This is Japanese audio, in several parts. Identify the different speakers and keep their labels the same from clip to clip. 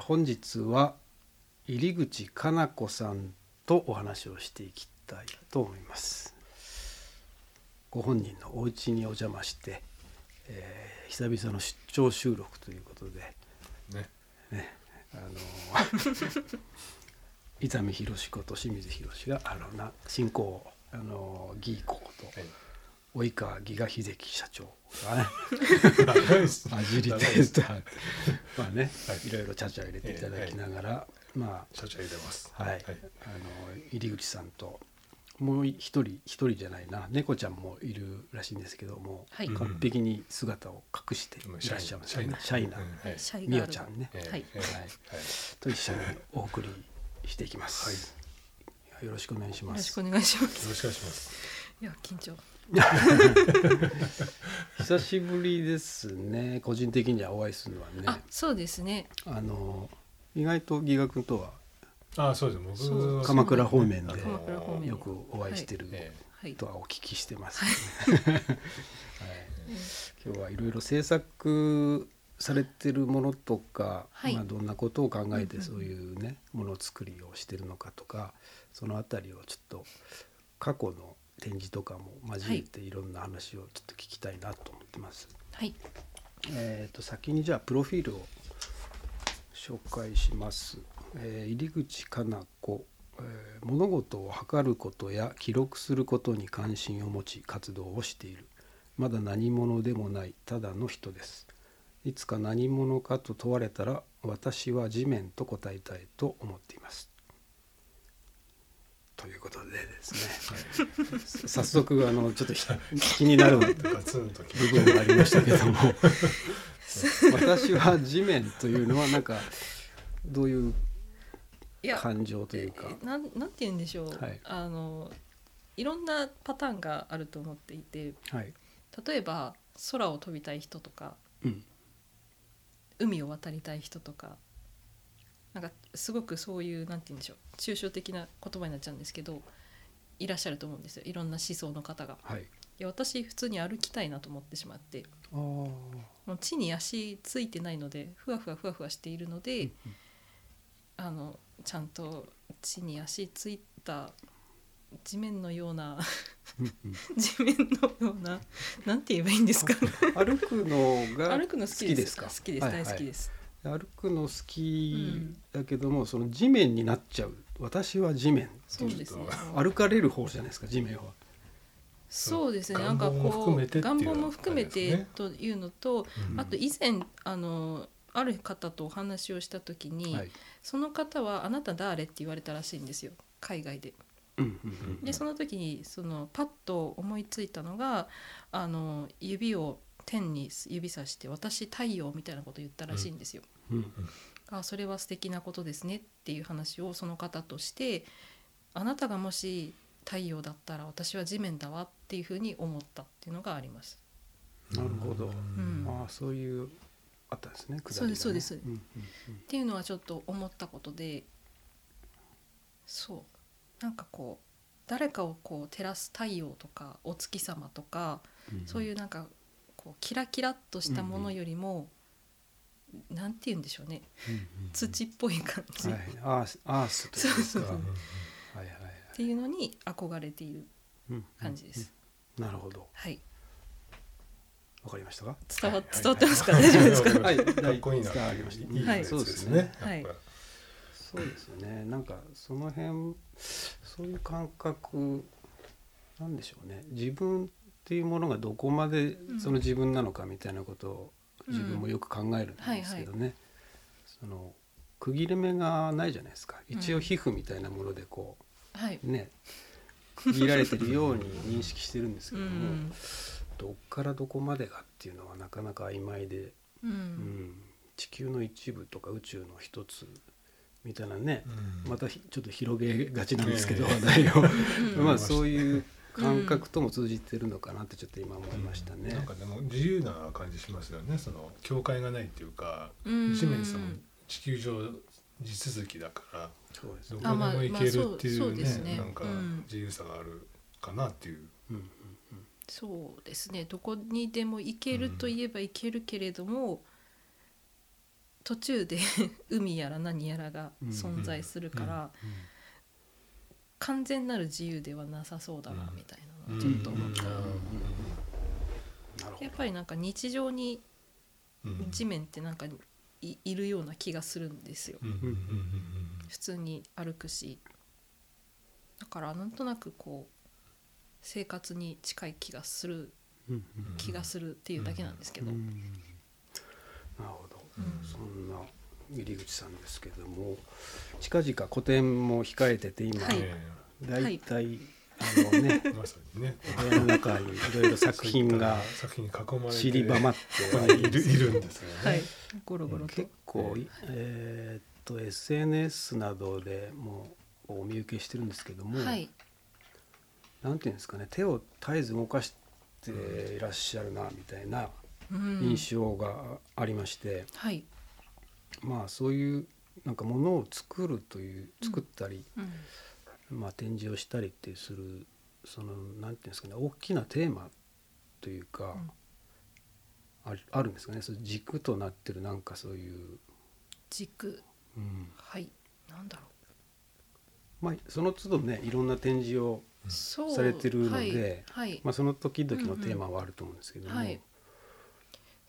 Speaker 1: 本日は入口かな子さんとお話をしていきたいと思いますご本人のお家にお邪魔して、えー久々の出張収録ということで
Speaker 2: ね
Speaker 1: あの 伊丹博志子と清水博志があのな進行をあのギーコこと及川ギガ秀樹社長がね 混じりでしたまあね、
Speaker 2: はい
Speaker 1: い、ろいろちゃちゃ入れていただきながら、まあ
Speaker 2: 社長入れます
Speaker 1: はい、あの入口さんともう一人一人じゃないな猫ちゃんもいるらしいんですけども、
Speaker 3: はい
Speaker 1: 完璧に姿を隠していらっしゃいますね、シャイな、
Speaker 2: うんはい
Speaker 3: シャイガール
Speaker 1: みおちゃんね、
Speaker 2: ええ
Speaker 3: はい
Speaker 2: ええ
Speaker 1: はいと一緒にお送りしていきます。よろしくお願いし
Speaker 3: よ
Speaker 1: ま
Speaker 3: ろしく
Speaker 1: す
Speaker 3: お。願いします。
Speaker 2: よろしくお願いします
Speaker 3: いや緊張。
Speaker 1: 久しぶりですね。個人的にはお会いするのはね。
Speaker 3: あ
Speaker 1: あ
Speaker 3: そうですね。
Speaker 1: の意外とギガ君とは
Speaker 2: あそうです
Speaker 3: そう
Speaker 2: 僕は
Speaker 1: 鎌倉方面
Speaker 2: あ
Speaker 1: で
Speaker 2: の
Speaker 3: 鎌倉方面
Speaker 1: よくお会いしてる
Speaker 2: え
Speaker 3: はい。
Speaker 1: とはお聞きしてます、 はい。今日はいろいろ制作されてるものとか、
Speaker 3: はい
Speaker 1: まあどんなことを考えて
Speaker 3: うんうん
Speaker 1: そういうねもの作りをしてるのかとか、そのあたりをちょっと過去の展示とかも交えていろんな話をちょっと聞きたいなと思ってます。
Speaker 3: はい。
Speaker 1: えー、と先にじゃあプロフィールを紹介します、えー入口かな子、えー物事を測ることや記録することに関心を持ち活動をしているまだ何者でもないただの人ですいつか何者かと問われたら私は地面と答えたいと思っていますということでですね、早速あのちょっとひ気になる
Speaker 2: えガツンとき
Speaker 1: 部分がありましたけども 私は地面というのはなんかどういう
Speaker 3: いや
Speaker 1: 感情というか
Speaker 3: えなんなんて言うんでしょう。
Speaker 1: はい
Speaker 3: あのいろんなパターンがあると思っていて、
Speaker 1: はい、
Speaker 3: 例えば空を飛びたい人とか、
Speaker 1: うん、
Speaker 3: 海を渡りたい人とか。なんかすごくそういうなんて言うんでしょう抽象的な言葉になっちゃうんですけどいらっしゃると思うんですよいろんな思想の方が
Speaker 1: はい
Speaker 3: いや私普通に歩きたいなと思ってしまって
Speaker 1: あー
Speaker 3: もう地に足ついてないのでふわふわふわふわしているので、
Speaker 1: うん
Speaker 3: あのちゃんと地に足ついた地面のような
Speaker 1: うんうん
Speaker 3: 地面のようななんて言えばいいんですか
Speaker 1: 歩くのが
Speaker 3: 歩くの好きです
Speaker 1: 好きですか
Speaker 3: 好きで
Speaker 1: は
Speaker 3: す
Speaker 1: いはい
Speaker 3: 大好きです、
Speaker 1: 歩くの好きだけども、その地面になっちゃう私は地面
Speaker 3: そうですね
Speaker 2: ちょっ
Speaker 1: 歩かれる方じゃないですか地面は
Speaker 3: そうですね
Speaker 2: 願
Speaker 3: なんか
Speaker 2: 望も含
Speaker 3: こ
Speaker 2: めてっていう
Speaker 3: う願望も含め
Speaker 2: あれ
Speaker 3: て
Speaker 2: ですね
Speaker 3: というのと
Speaker 1: うん
Speaker 3: あと以前あのある方とお話をした時に、
Speaker 1: はい、
Speaker 3: その方は「あなた誰?」って言われたらしいんですよ海外で。
Speaker 1: うんうん
Speaker 3: でその時にそのパッと思いついたのがあの指を天に指さして「私太陽」みたいなこと言ったらしいんですよ。
Speaker 1: うんうん
Speaker 3: あそれは素敵なことですねっていう話をその方としてあなたがもし太陽だったら私は地面だわっていうふうに思ったっていうのがあります。
Speaker 1: なるほど、
Speaker 3: うん
Speaker 1: ああそういうあったんですね下りがね
Speaker 3: そうですそうです
Speaker 1: んんうん
Speaker 3: っていうのはちょっと思ったことでそうなんかこう誰かをこう照らす太陽とかお月様とか
Speaker 1: うん
Speaker 3: そういうなんかこうキラキラっとしたものよりも、なんて言うんでしょうね
Speaker 1: うんうん
Speaker 3: 土っぽい感じ、
Speaker 1: はい、アースアースというか
Speaker 3: そうそうそう
Speaker 1: はいはいはい
Speaker 3: っていうのに憧れている
Speaker 1: うんうん
Speaker 3: 感じです。
Speaker 1: うんなるほど
Speaker 3: はい、
Speaker 1: わかりましたか
Speaker 3: 伝わ
Speaker 2: はい
Speaker 3: 伝わってますか、大丈夫ですか。
Speaker 1: はい
Speaker 2: かっこいいな
Speaker 1: 伝わりました
Speaker 2: いいやつです
Speaker 1: はい
Speaker 2: ね
Speaker 3: はい
Speaker 2: やっ
Speaker 1: そうですねなんかその辺そういう感覚なんでしょうね自分っていうものがどこまで
Speaker 3: ん
Speaker 1: その自分なのかみたいなことを
Speaker 3: うん
Speaker 1: 自分もよく考えるんですけどね、その区切れ目がないじゃないですか一応皮膚みたいなものでこ
Speaker 3: はい、
Speaker 1: うね区切られてるように認識してるんですけ
Speaker 3: う
Speaker 1: ども、
Speaker 3: ん、
Speaker 1: どっからどこまでがっていうのはなかなか曖昧で、う
Speaker 3: う、
Speaker 1: んん、地球の一部とか宇宙の一つみたいなね
Speaker 2: ぱ、うん
Speaker 1: またひちょっと広げがちなんですけど
Speaker 2: ええ
Speaker 1: 話題を、
Speaker 3: うん
Speaker 1: まあそういう感覚とも通じてるのかなってちょっと今思いましたね。
Speaker 2: なんかでも自由な感じしますよねその境界がないっていうか
Speaker 3: うん
Speaker 2: 地面さんも地球上地続きだから
Speaker 1: そうです
Speaker 2: ど
Speaker 1: ね
Speaker 2: こでも行けるってい
Speaker 3: あまあまあそうそうう
Speaker 2: ね,、
Speaker 3: ですね
Speaker 2: なんか
Speaker 3: うん
Speaker 2: 自由さがあるかなっていう、
Speaker 1: うんうん
Speaker 3: そうですねどこにでも行けるといえば行けるけれども、途中で 海やら何やらが
Speaker 1: うん
Speaker 3: 存在するから、完全なる自由ではなさそうだな
Speaker 2: うん
Speaker 3: みたいなのをちょっと思った、
Speaker 2: うんうん
Speaker 1: なるほ
Speaker 3: やっぱりなんか日常に
Speaker 2: うん
Speaker 3: 地面ってなんかいいるような気がするんですよ
Speaker 2: うんうんうんうん
Speaker 3: 普通に歩くしだからなんとなくこう生活に近い気がする
Speaker 1: ど。うん
Speaker 2: うん
Speaker 3: 気がするっていうだけなんですけ
Speaker 1: う
Speaker 3: ど、
Speaker 1: んなるほど。
Speaker 3: うん
Speaker 1: そんな入口さんですけども、近々個展も控えてて今、
Speaker 3: はい
Speaker 2: え
Speaker 1: だいたいあのね
Speaker 2: え、まさにね
Speaker 1: 部屋の中にいろいろ 作品が
Speaker 2: 作品に囲まれて
Speaker 1: 散りばまっ
Speaker 2: ここ
Speaker 1: て
Speaker 2: にいるいるんですよね、
Speaker 3: はいゴロゴロと
Speaker 1: 結構、えーっと SNS などでもうお見受けしてるんですけども、
Speaker 3: はい
Speaker 1: なんていうんですかね手を絶えず動かしていらっしゃるなみたいな
Speaker 3: うん
Speaker 1: 印象がありまして、
Speaker 3: はい、
Speaker 1: まあそういうなんかものを作るという
Speaker 3: うん
Speaker 1: 作ったり、
Speaker 3: うん
Speaker 1: まあ、展示をしたりってするそのなんていうんですかね大きなテーマというか、あるあるんですかねその軸となってるなんかそういう、
Speaker 3: 軸
Speaker 1: うん
Speaker 3: はいなんだろ
Speaker 1: まあ、その都度ねいろんな展示を
Speaker 3: うそう
Speaker 1: されてるので
Speaker 3: はい、はい
Speaker 1: まあ、その時々のテーマはあると思うんですけども、
Speaker 3: うんうんはい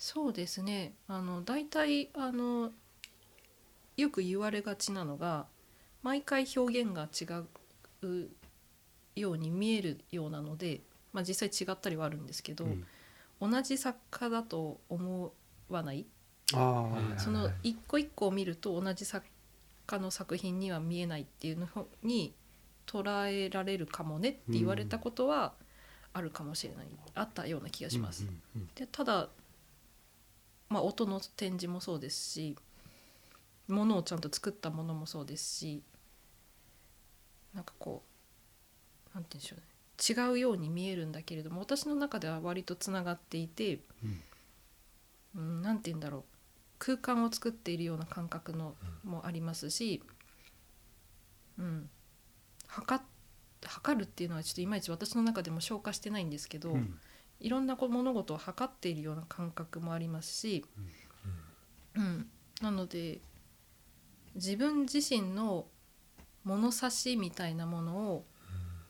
Speaker 3: そうですねあの大体あのよく言われがちなのが毎回表現が違うように見えるようなので、まあ、実際違ったりはあるんですけど、
Speaker 1: うん
Speaker 3: 同じ作家だと思わない
Speaker 1: あ
Speaker 2: うん
Speaker 1: あ
Speaker 3: その一個一個を見ると同じ作家の作品には見えないっていうのに捉えられるかもねって言われたことはあるかもしれない、あったような気がします。
Speaker 1: うんうんうん
Speaker 3: でただ、まあ、音の展示もそうですし物をちゃんと作ったものもそうですしなんかこうなんて言うんでしょうね違うように見えるんだけれども私の中では割とつながっていて、
Speaker 1: うん
Speaker 3: うん、なんて言うんだろう空間を作っているような感覚のもありますし、うん、測っ測るっていうのはちょっといまいち私の中でも消化してないんですけど、
Speaker 1: うん
Speaker 3: いろんなこう物事を測っているような感覚もありますし、うん、なので自分自身の物差しみたいなものを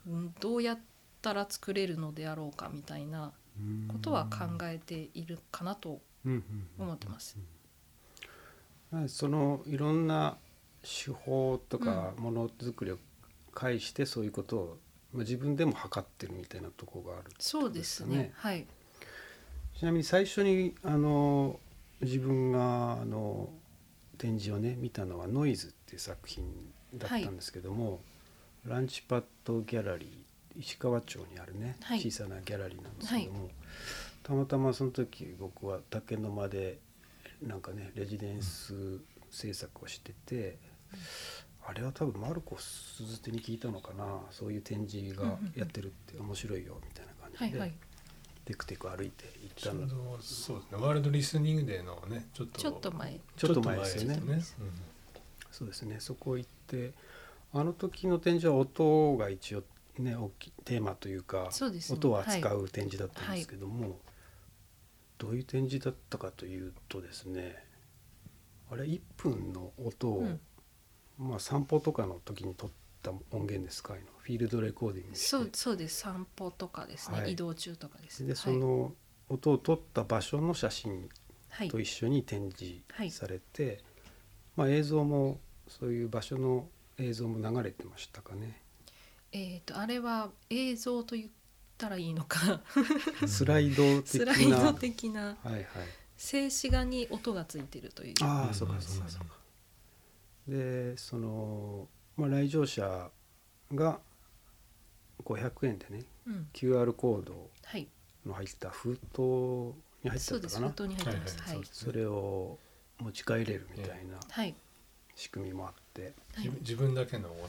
Speaker 3: うんどうやったら作れるのであろうかみたいなことは考えているかなと
Speaker 1: うんうんうん
Speaker 3: 思ってます。
Speaker 1: まあそのいろんな手法とかものづくりを介してそういうことを、まあ、自分でも測ってるみたいなところがある
Speaker 3: そうですね
Speaker 1: そうですね
Speaker 3: はい、
Speaker 1: ちなみに最初にあの自分があの展示をね見たのは「ノイズ」っていう作品だったんですけども、ランチパッドギャラリー石川町にあるね、
Speaker 3: はい
Speaker 1: 小さなギャラリーなんですけども、たまたまその時僕は竹の間でなんかねレジデンス制作をしてて。あれは多分マルコ鈴手に聞いたのかなそういう展示がやってるって面白いよみたいな感
Speaker 3: は
Speaker 1: じ
Speaker 3: い
Speaker 1: で
Speaker 3: はい
Speaker 1: テクテク歩いて行っ
Speaker 2: ち
Speaker 1: た
Speaker 2: ょう
Speaker 1: の
Speaker 2: どそうですねワールドリスニングデーのねちょっと
Speaker 3: ちょっと前
Speaker 1: ちょっと前ですよね
Speaker 2: ちょっと前です
Speaker 1: そうですねそこ行ってあの時の展示は音が一応ね大きいテーマというか
Speaker 3: そうですね
Speaker 1: 音を扱う展示だったんですけども、どういう展示だったかというとですねあれ1分の音を、
Speaker 3: うん
Speaker 1: まあ、散歩とかの時に撮った音源ですかああいうのフィールドレコーディングして
Speaker 3: そうそうです散歩とかですね、
Speaker 1: はい
Speaker 3: 移動中とかですね
Speaker 1: でその音を撮った場所の写真
Speaker 3: はい、
Speaker 1: と
Speaker 3: はい
Speaker 1: 一緒に展示されて、まあ、映像もそういう場所の映像も流れてましたかね、
Speaker 3: えっ、とあれは映像と言ったらいいのか
Speaker 2: う ん
Speaker 1: スライド的
Speaker 3: ス
Speaker 1: な
Speaker 3: ライド的な
Speaker 1: はいはい
Speaker 3: 静止画に音がついてるという
Speaker 1: ああ、
Speaker 2: うん
Speaker 1: そうかそうかそうかでその、まあ、来場者が500円でね
Speaker 3: うん、
Speaker 1: QR コード
Speaker 3: はい
Speaker 1: の入った封筒に入って
Speaker 3: そ
Speaker 1: た
Speaker 3: うで
Speaker 1: か
Speaker 3: す
Speaker 1: な
Speaker 3: 封筒に入ってます
Speaker 2: は
Speaker 3: はい
Speaker 2: はいそうで
Speaker 3: いはい
Speaker 2: す、
Speaker 1: それを持ち帰れるみたいな
Speaker 3: はい
Speaker 1: 仕組みもあって
Speaker 2: 自分自分だけの音をね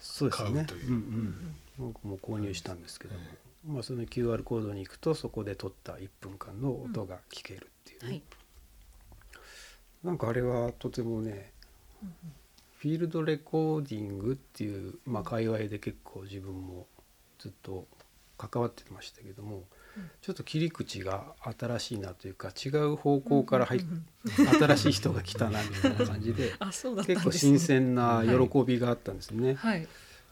Speaker 1: そうですね
Speaker 2: 買うという
Speaker 1: うんうん、僕も購入したんですけども、まあ、その QR コードに行くとそこで撮った1分間の音が聞けるっていうね、
Speaker 3: はい
Speaker 1: なんかあれはとてもね
Speaker 3: うんうん
Speaker 1: フィールドレコーディングっていう、まあ、界隈で結構自分もずっと関わってましたけども、
Speaker 3: うん
Speaker 1: ちょっと切り口が新しいなというか違う方向から入っ
Speaker 3: うんうんうん
Speaker 1: 新しい人が来たなみたいな感じで
Speaker 3: あ そうだったんで
Speaker 1: 結
Speaker 3: す、ね、
Speaker 1: 構新鮮な喜びがあったんですね。
Speaker 3: はい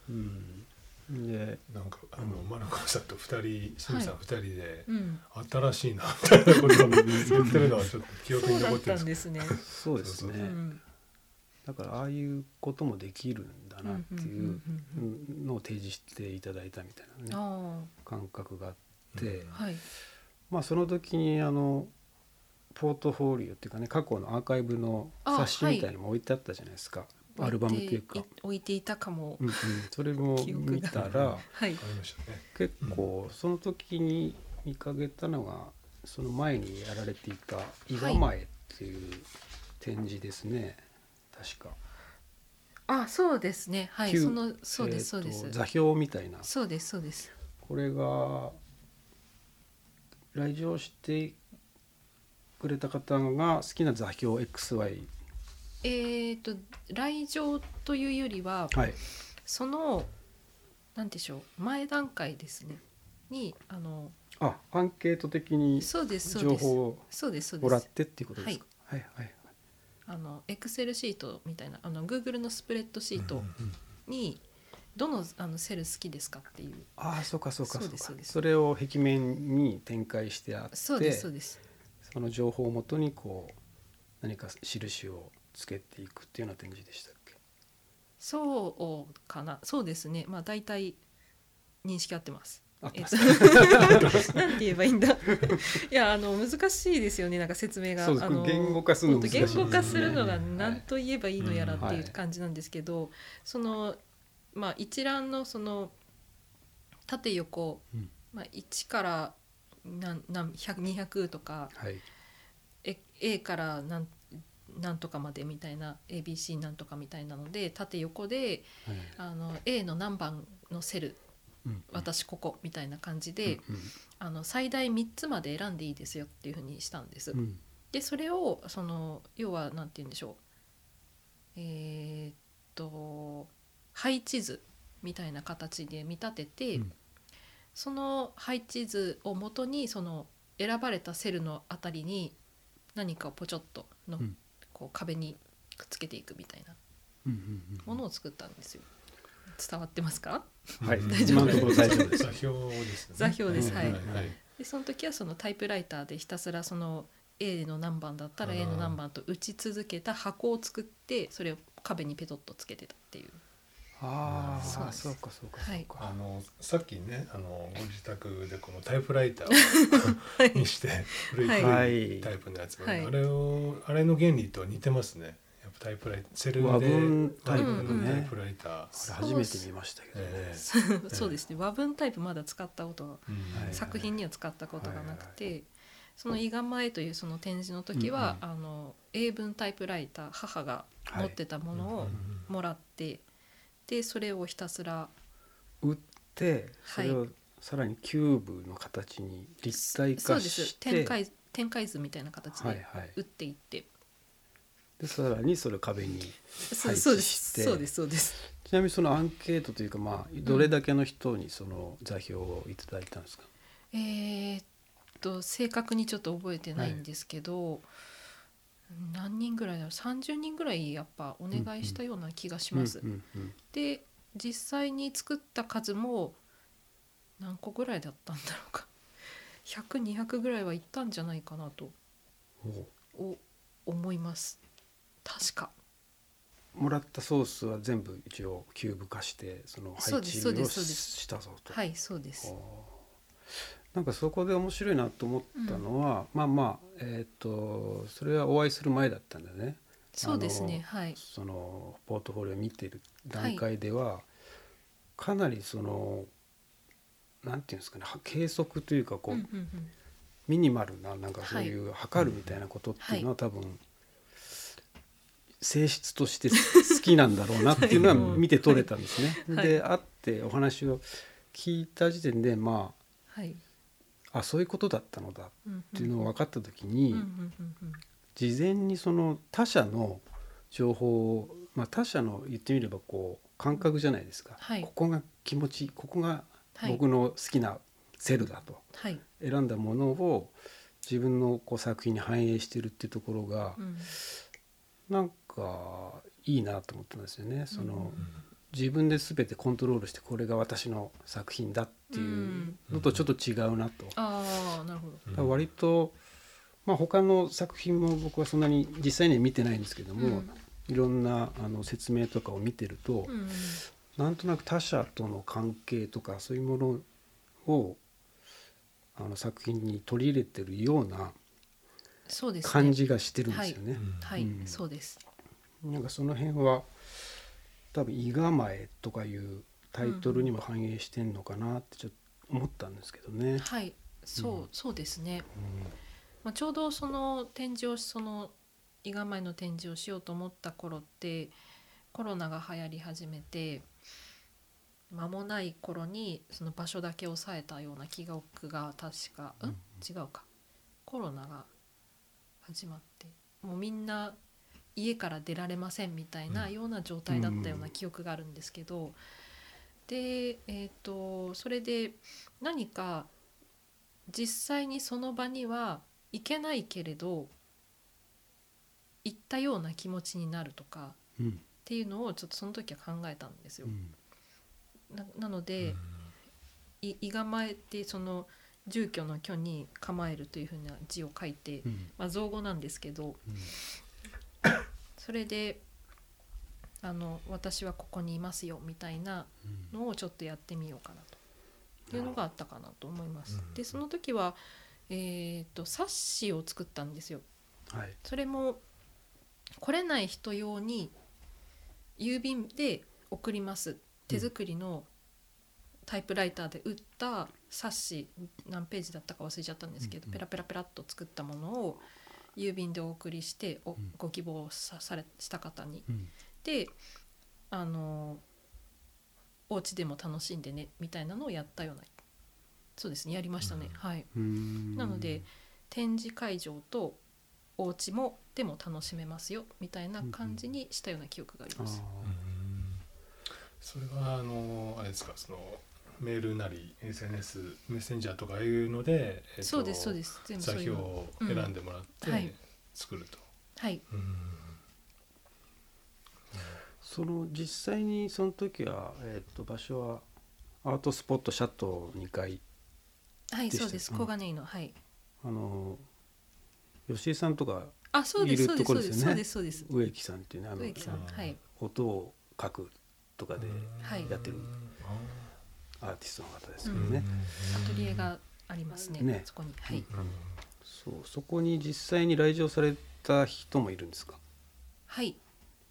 Speaker 1: うん、で
Speaker 2: なんかあのマルコさんと2人清水さん2人で
Speaker 3: うん
Speaker 2: 新しいなみたいなことを言ってるのはちょっと記憶
Speaker 3: そう
Speaker 2: に
Speaker 3: だ
Speaker 2: 残
Speaker 3: っ
Speaker 2: ってる
Speaker 3: た
Speaker 2: んです
Speaker 3: ん
Speaker 2: けど
Speaker 3: ですね。
Speaker 1: そうですね、
Speaker 3: うん
Speaker 1: だからああいうこともできるんだなっていう
Speaker 3: うんうん
Speaker 1: のを提示していただいたみたいなね
Speaker 3: あ
Speaker 1: 感覚があって、
Speaker 2: うん
Speaker 3: あはい
Speaker 1: まあその時にあのポートフォリオっていうかね過去のアーカイブの冊子みたいにも置いてあったじゃないですか、アルバムっていうか
Speaker 3: 置い、て置いていたかも。
Speaker 1: うんうん、それも
Speaker 3: 記憶
Speaker 1: 見
Speaker 3: が
Speaker 1: たら
Speaker 3: はい
Speaker 2: わかりましたね
Speaker 1: 結構その時に見かけたのがその前にやられていた「伊賀前」っていう展示ですね、確か、
Speaker 3: あそうですねはい
Speaker 1: 旧
Speaker 3: そのそうで
Speaker 1: え
Speaker 3: すそう
Speaker 1: ーと
Speaker 3: です
Speaker 1: 座標みたいな
Speaker 3: そうですそうです
Speaker 1: これが来場してくれた方が好きな座標 XY
Speaker 3: えー、と来場というよりは
Speaker 1: はい
Speaker 3: そのなんでしょう前段階ですねにあの
Speaker 1: あアンケート的に
Speaker 3: そうですそう
Speaker 1: 情
Speaker 3: です
Speaker 1: 報を
Speaker 3: そうですそう
Speaker 1: もら
Speaker 3: で
Speaker 1: っ
Speaker 3: す
Speaker 1: てっていうことですかはいはいはい
Speaker 3: あのエクセルシートみたいなあの Google のスプレッドシー
Speaker 2: う
Speaker 3: ト
Speaker 2: んうん
Speaker 3: にどのあのセル好きですかっていう
Speaker 1: ああそうかそうか
Speaker 3: そ
Speaker 1: そうう
Speaker 3: です
Speaker 1: か
Speaker 3: そうです
Speaker 1: それを壁面に展開してあって
Speaker 3: そうですそうです
Speaker 1: その情報をもとにこう何か印をつけていくっていうような展示でしたっけ
Speaker 3: そうかなそうですねまあ大体認識合ってます。
Speaker 1: あっ
Speaker 3: え
Speaker 1: た
Speaker 3: っと なんて言えばいいんだいやあの難しいですよねなんか説明が
Speaker 1: そうです
Speaker 3: あ
Speaker 1: こ
Speaker 3: の
Speaker 1: れ言語化するの難しいですね
Speaker 3: 言語化するのが
Speaker 2: うん
Speaker 3: 何と言えばいいのやらって
Speaker 1: はいいう
Speaker 3: 感じなんですけど、そのまあ一覧のその縦横、
Speaker 1: うん
Speaker 3: まあ、1からなんなん100 200とか
Speaker 1: はい
Speaker 3: え A からなんなんとかまでみたいな ABC なんとかみたいなので縦横で
Speaker 1: はい
Speaker 3: あの A の何番のセル
Speaker 1: うん
Speaker 3: 私ここみたいな感じ
Speaker 1: う
Speaker 3: で、
Speaker 1: ん
Speaker 3: あの最大3つまで選んでいいですよっていうふうにしたんです。
Speaker 1: うんうん
Speaker 3: でそれをその要は何て言うんでしょうえーっと配置図みたいな形で見立てて、
Speaker 1: うん
Speaker 3: その配置図をもとにその選ばれたセルのあたりに何かをポチョっとの、
Speaker 1: うん
Speaker 3: こう壁にくっつけていくみたいな
Speaker 1: うんうんうん
Speaker 3: ものを作ったんですよ。伝わってますか
Speaker 1: はい
Speaker 3: 大丈夫
Speaker 1: 今のところ大丈夫です
Speaker 2: 座標ですね
Speaker 3: 座標です
Speaker 1: はい
Speaker 2: はい
Speaker 3: でその時はそのタイプライターでひたすらその A の何番だったら
Speaker 2: あー
Speaker 3: A の何番と打ち続けた箱を作ってそれを壁にペトッとつけてた っていう
Speaker 1: ああ
Speaker 3: そう
Speaker 1: そう
Speaker 3: です
Speaker 1: かそうか
Speaker 3: は
Speaker 1: そ
Speaker 3: いう
Speaker 2: あ
Speaker 1: か
Speaker 2: のさっきねあのご自宅でこのタイプライターにして古い
Speaker 1: は
Speaker 2: 古い
Speaker 1: い
Speaker 2: タイプのやつも、
Speaker 3: はい
Speaker 2: あれをあれの原理と似てますねやっぱタイプライターセルで
Speaker 1: 和文タ
Speaker 3: イプ
Speaker 2: 和
Speaker 3: の
Speaker 2: 文
Speaker 3: ね
Speaker 2: タイプライター、
Speaker 1: あれ初めて見ましたけどね、
Speaker 2: え
Speaker 3: そうそうですね和文タイプまだ使ったことが
Speaker 2: うん
Speaker 1: はい
Speaker 3: 作品には使ったことがなくてその「伊賀前」というその展示の時は
Speaker 1: う
Speaker 3: あの英文タイプライター母が持ってたもの
Speaker 2: う
Speaker 3: を
Speaker 2: ん
Speaker 3: もらってでそれをひたすら
Speaker 1: 打ってそ
Speaker 3: はい
Speaker 1: れをさらにキューブの形に立体
Speaker 3: そう
Speaker 1: 化
Speaker 3: で
Speaker 1: し
Speaker 3: す
Speaker 1: て
Speaker 3: 展開展開図みたいな形
Speaker 1: はい
Speaker 3: で
Speaker 1: はい
Speaker 3: 打っていって
Speaker 1: でさらにそれを壁に
Speaker 3: そう
Speaker 1: 配置
Speaker 3: そうで
Speaker 1: し
Speaker 3: す
Speaker 1: て
Speaker 3: そうですそうです
Speaker 1: ちなみにそのアンケートというかまあどれだけの人にその座標をいただいたんですか、
Speaker 3: えーっと正確にちょっと覚えてないんですけど、何人ぐらいだろう30人ぐらいやっぱお願いしたような気がします。
Speaker 1: うんうんうん
Speaker 3: で実際に作った数も何個ぐらいだったんだろうか100200ぐらいはいったんじゃないかなと
Speaker 1: お
Speaker 3: お思います確か
Speaker 1: もらったソースは全部一応キューブ化してその配
Speaker 3: そうで
Speaker 1: 置
Speaker 3: す
Speaker 1: を
Speaker 3: そうですそうです
Speaker 1: したぞと。
Speaker 3: はいそうです
Speaker 1: おーなんかそこで面白いなと思ったのは、まあまあえっ、とそれはお会いする前だったんだよね。
Speaker 3: そうですねはい
Speaker 1: そのポートフォリオを見てる段階では、かなりそのなんていうんですかねは計測というかこう、
Speaker 3: うんうんうん
Speaker 1: ミニマルななんかそういう測るみたいなことっていうのは多分、性質と して好きなんだろうなっていうのは
Speaker 3: はい
Speaker 1: 見て取れたんですね。
Speaker 3: はい
Speaker 1: で会ってお話を聞いた時点でま
Speaker 3: はい
Speaker 1: ああそういうことだったのだっていうのを分かった時
Speaker 3: う
Speaker 1: に、
Speaker 3: んうんうんうん
Speaker 1: 事前にその他者の情報を、まあ、他者の言ってみればこう感覚じゃないですか、
Speaker 3: はい
Speaker 1: ここが気持ちいいここが
Speaker 3: はい
Speaker 1: 僕の好きなセルだと
Speaker 3: はい、
Speaker 1: 選んだものを自分のこう作品に反映してるっていうところが
Speaker 3: うん
Speaker 1: なんかいいなと思ったんですよね。その、
Speaker 3: うん
Speaker 1: 自分で全てコントロールしてこれが私の作品だっていうのとちょっと違うなと、
Speaker 3: ああなるほど
Speaker 1: だから割と、まあ、他の作品も僕はそんなに実際には見てないんですけども、
Speaker 3: うん
Speaker 1: いろんなあの説明とかを見てると、
Speaker 3: うん
Speaker 1: なんとなく他者との関係とかそういうものをあの作品に取り入れてるような
Speaker 3: そうですね
Speaker 1: 感じがしてるんですよね。
Speaker 3: はい、
Speaker 1: うん
Speaker 3: そうです
Speaker 1: なんかその辺は多分「伊構え」とかいうタイトルにも反映してんのかなってちょっと思ったんですけどね。
Speaker 3: はいそう、
Speaker 1: うん
Speaker 3: そうですね、まあ、ちょうどその展示をその伊賀前の展示をしようと思った頃ってコロナが流行り始めて間もない頃にその場所だけ抑えたような記憶が確か、うん、違うかコロナが始まってもうみんな家から出られませんみたいな
Speaker 2: うん
Speaker 3: ような状態だったよう
Speaker 1: う
Speaker 3: なん記憶があるんですけど、で、えー、とそれで何か実際にその場には行けないけれど行ったような気持ちになるとか
Speaker 1: うん
Speaker 3: っていうのをちょっとその時は考えたんです
Speaker 1: う
Speaker 3: よ。
Speaker 1: ん
Speaker 3: ななので、いいがまえってその住居の居に構えるというふうな字を書いて、
Speaker 1: うん
Speaker 3: まあ、造語なんですけど
Speaker 1: うん
Speaker 3: それであの私はここにいますよみたいな
Speaker 1: うん
Speaker 3: のをちょっとやってみようかなというのがあったかなと思います
Speaker 2: う。ん
Speaker 3: でその時は、えー、と冊子を作ったんですよ。
Speaker 1: はい
Speaker 3: それも来れない人用に郵便で送ります手作りのタイプライターで売った冊子何ページだったか忘れちゃったんですけど、
Speaker 1: うんうん
Speaker 3: ペラペラペラっと作ったものを郵便でお送りしてお
Speaker 1: ん
Speaker 3: ご希望さされした方に
Speaker 1: うん
Speaker 3: であのお家でも楽しんでねみたいなのをやったようなそうですねやりましたね、
Speaker 2: うん
Speaker 3: はい。
Speaker 1: うん
Speaker 3: なので展示会場とお家もでも楽しめますよみたいな感じにしたような記憶があり
Speaker 1: あ
Speaker 3: ます。
Speaker 1: ー
Speaker 2: それはあのあれですかそのメールなり SNS メッセンジャーとかああいうので、えっと
Speaker 3: そうですそうです全部そう
Speaker 2: 座
Speaker 3: い
Speaker 2: 標
Speaker 3: うの
Speaker 2: を選んでもらっ
Speaker 3: うんは
Speaker 2: て
Speaker 3: い
Speaker 2: 作ると。
Speaker 3: はい
Speaker 1: その実際にその時は、えっと場所はアートスポットシャトー2階
Speaker 3: はい
Speaker 1: でした
Speaker 3: そうです
Speaker 1: うん
Speaker 3: 小金井のはい
Speaker 1: あの吉井さんとか
Speaker 3: あそうです
Speaker 1: い
Speaker 3: そ
Speaker 1: る
Speaker 3: うで
Speaker 1: と
Speaker 3: す
Speaker 1: こ
Speaker 3: そう
Speaker 1: ろ
Speaker 3: です
Speaker 1: です
Speaker 3: そ
Speaker 1: よね
Speaker 3: うですそうです
Speaker 1: 植木さんっていうねあの
Speaker 3: 植木さん
Speaker 2: あの
Speaker 3: はい
Speaker 1: 音を書くとかで
Speaker 3: はい
Speaker 1: やってるアーティストの方ですよ
Speaker 3: うん
Speaker 1: ね。
Speaker 3: アトリエがありますね
Speaker 1: ね
Speaker 3: そこにはい、
Speaker 1: そうそこに実際に来場された人もいるんですか
Speaker 3: はい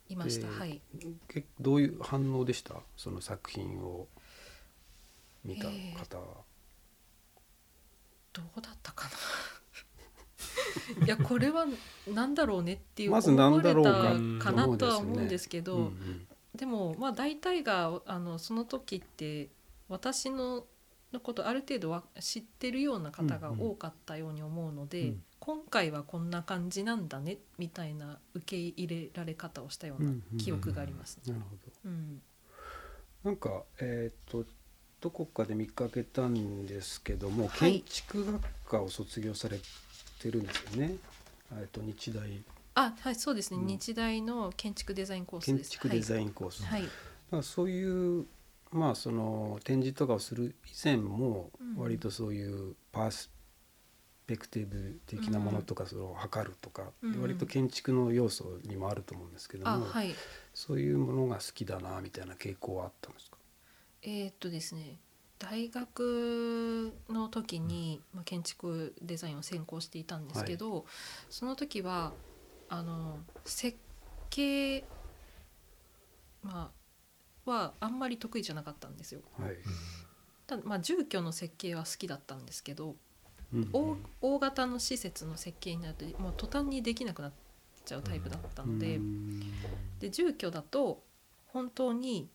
Speaker 3: いました、
Speaker 1: で
Speaker 3: はい
Speaker 1: けどういう反応でしたその作品を見た方は、
Speaker 3: どうだったかな いやこれは何だろうねっていう
Speaker 1: まず
Speaker 3: 思わ
Speaker 1: 何だ
Speaker 3: れ
Speaker 1: ろう
Speaker 3: た
Speaker 1: か
Speaker 3: かなとは思うんですけど、
Speaker 1: うんうん
Speaker 3: でもまあ大体があのその時って私ののことある程度は知ってるような方が多かったように思うので、
Speaker 1: うんうん
Speaker 3: 今回はこんな感じなんだねみたいな受け入れられ方をしたような記憶がありますね。
Speaker 1: なるほど
Speaker 3: うん
Speaker 1: なんかえっ、とどこかで見かけたんですけども、
Speaker 3: は
Speaker 1: 建
Speaker 3: い
Speaker 1: 築学科を卒業されてるんですよね。えっと日大
Speaker 3: あはいそうですね、
Speaker 1: うん
Speaker 3: 日大の建築デザインコース
Speaker 1: 建
Speaker 3: です。
Speaker 1: 築デザインコース、
Speaker 3: はい、は
Speaker 1: だ
Speaker 3: い
Speaker 1: からそういうまあその展示とかをする以前も
Speaker 3: うん
Speaker 1: 割とそういうパースペクティブ的なものとかそれを測るとか
Speaker 3: うん
Speaker 1: 割と建築の要素にもあると思うんですけど
Speaker 3: あ
Speaker 1: も
Speaker 3: はい
Speaker 1: そういうものが好きだなみたいな傾向はあったんですか
Speaker 3: えーっとですね大学の時に、まあ、建築デザインを専攻していたんですけど、その時はあの設計、まあ、はあんまり得意じゃなかったんですよ。
Speaker 1: はい
Speaker 3: ただまあ、住居の設計は好きだったんですけど
Speaker 1: うん
Speaker 3: 大大型の施設の設計になるともう途端にできなくなっちゃうタイプだったので。
Speaker 1: うん
Speaker 3: で住居だと本当に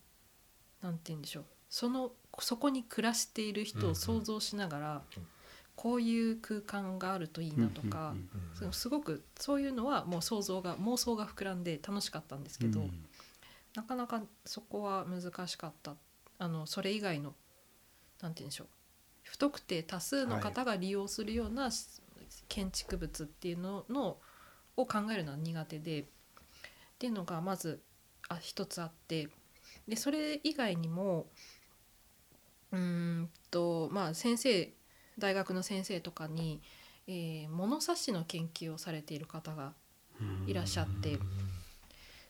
Speaker 3: 何て言うんでしょうそのそこに暮らしている人を想像しながら、
Speaker 2: うんうん
Speaker 3: こういう空間があるといいなと
Speaker 1: う
Speaker 3: か、
Speaker 1: ん
Speaker 3: そのすごくそういうのはもう想像が妄想が膨らんで楽しかったんですけ
Speaker 1: うんうん
Speaker 3: ど、なかなかそこは難しかったあのそれ以外の何て言うんでしょう不特定多数の方が利用するようなし建築物っていうののを考えるのは苦手でっていうのがまずあ一つあってでそれ以外にもうーんとまあ先生大学の先生とかに、えー物差しの研究をされている方がいらっしゃって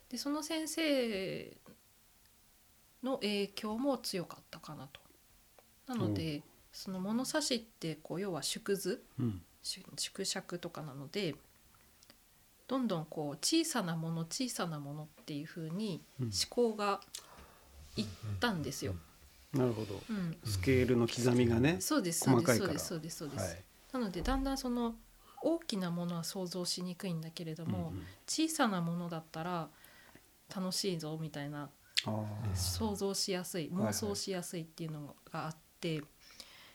Speaker 3: でその先生の影響も強かったかなと。なのでその物差しってこう要は縮図
Speaker 1: うん
Speaker 3: 縮縮尺とかなのでどんどんこう小さなもの小さなものっていう風に
Speaker 1: うん
Speaker 3: 思考がいったんですよ。
Speaker 1: なるほど
Speaker 3: うん、
Speaker 1: スケールの刻みがね、
Speaker 3: そうですそ
Speaker 1: 細
Speaker 3: うで
Speaker 1: か
Speaker 3: す
Speaker 1: い
Speaker 3: そう
Speaker 1: から
Speaker 3: ですそうですそうです。
Speaker 1: はい
Speaker 3: なのでだんだんその大きなものは想像しにくいんだけれども、
Speaker 1: うんうん
Speaker 3: 小さなものだったら楽しいぞみたいな
Speaker 1: あー
Speaker 3: 想像しやす
Speaker 1: は
Speaker 3: い
Speaker 1: いはい
Speaker 3: 妄想しやすいっていうのがあって、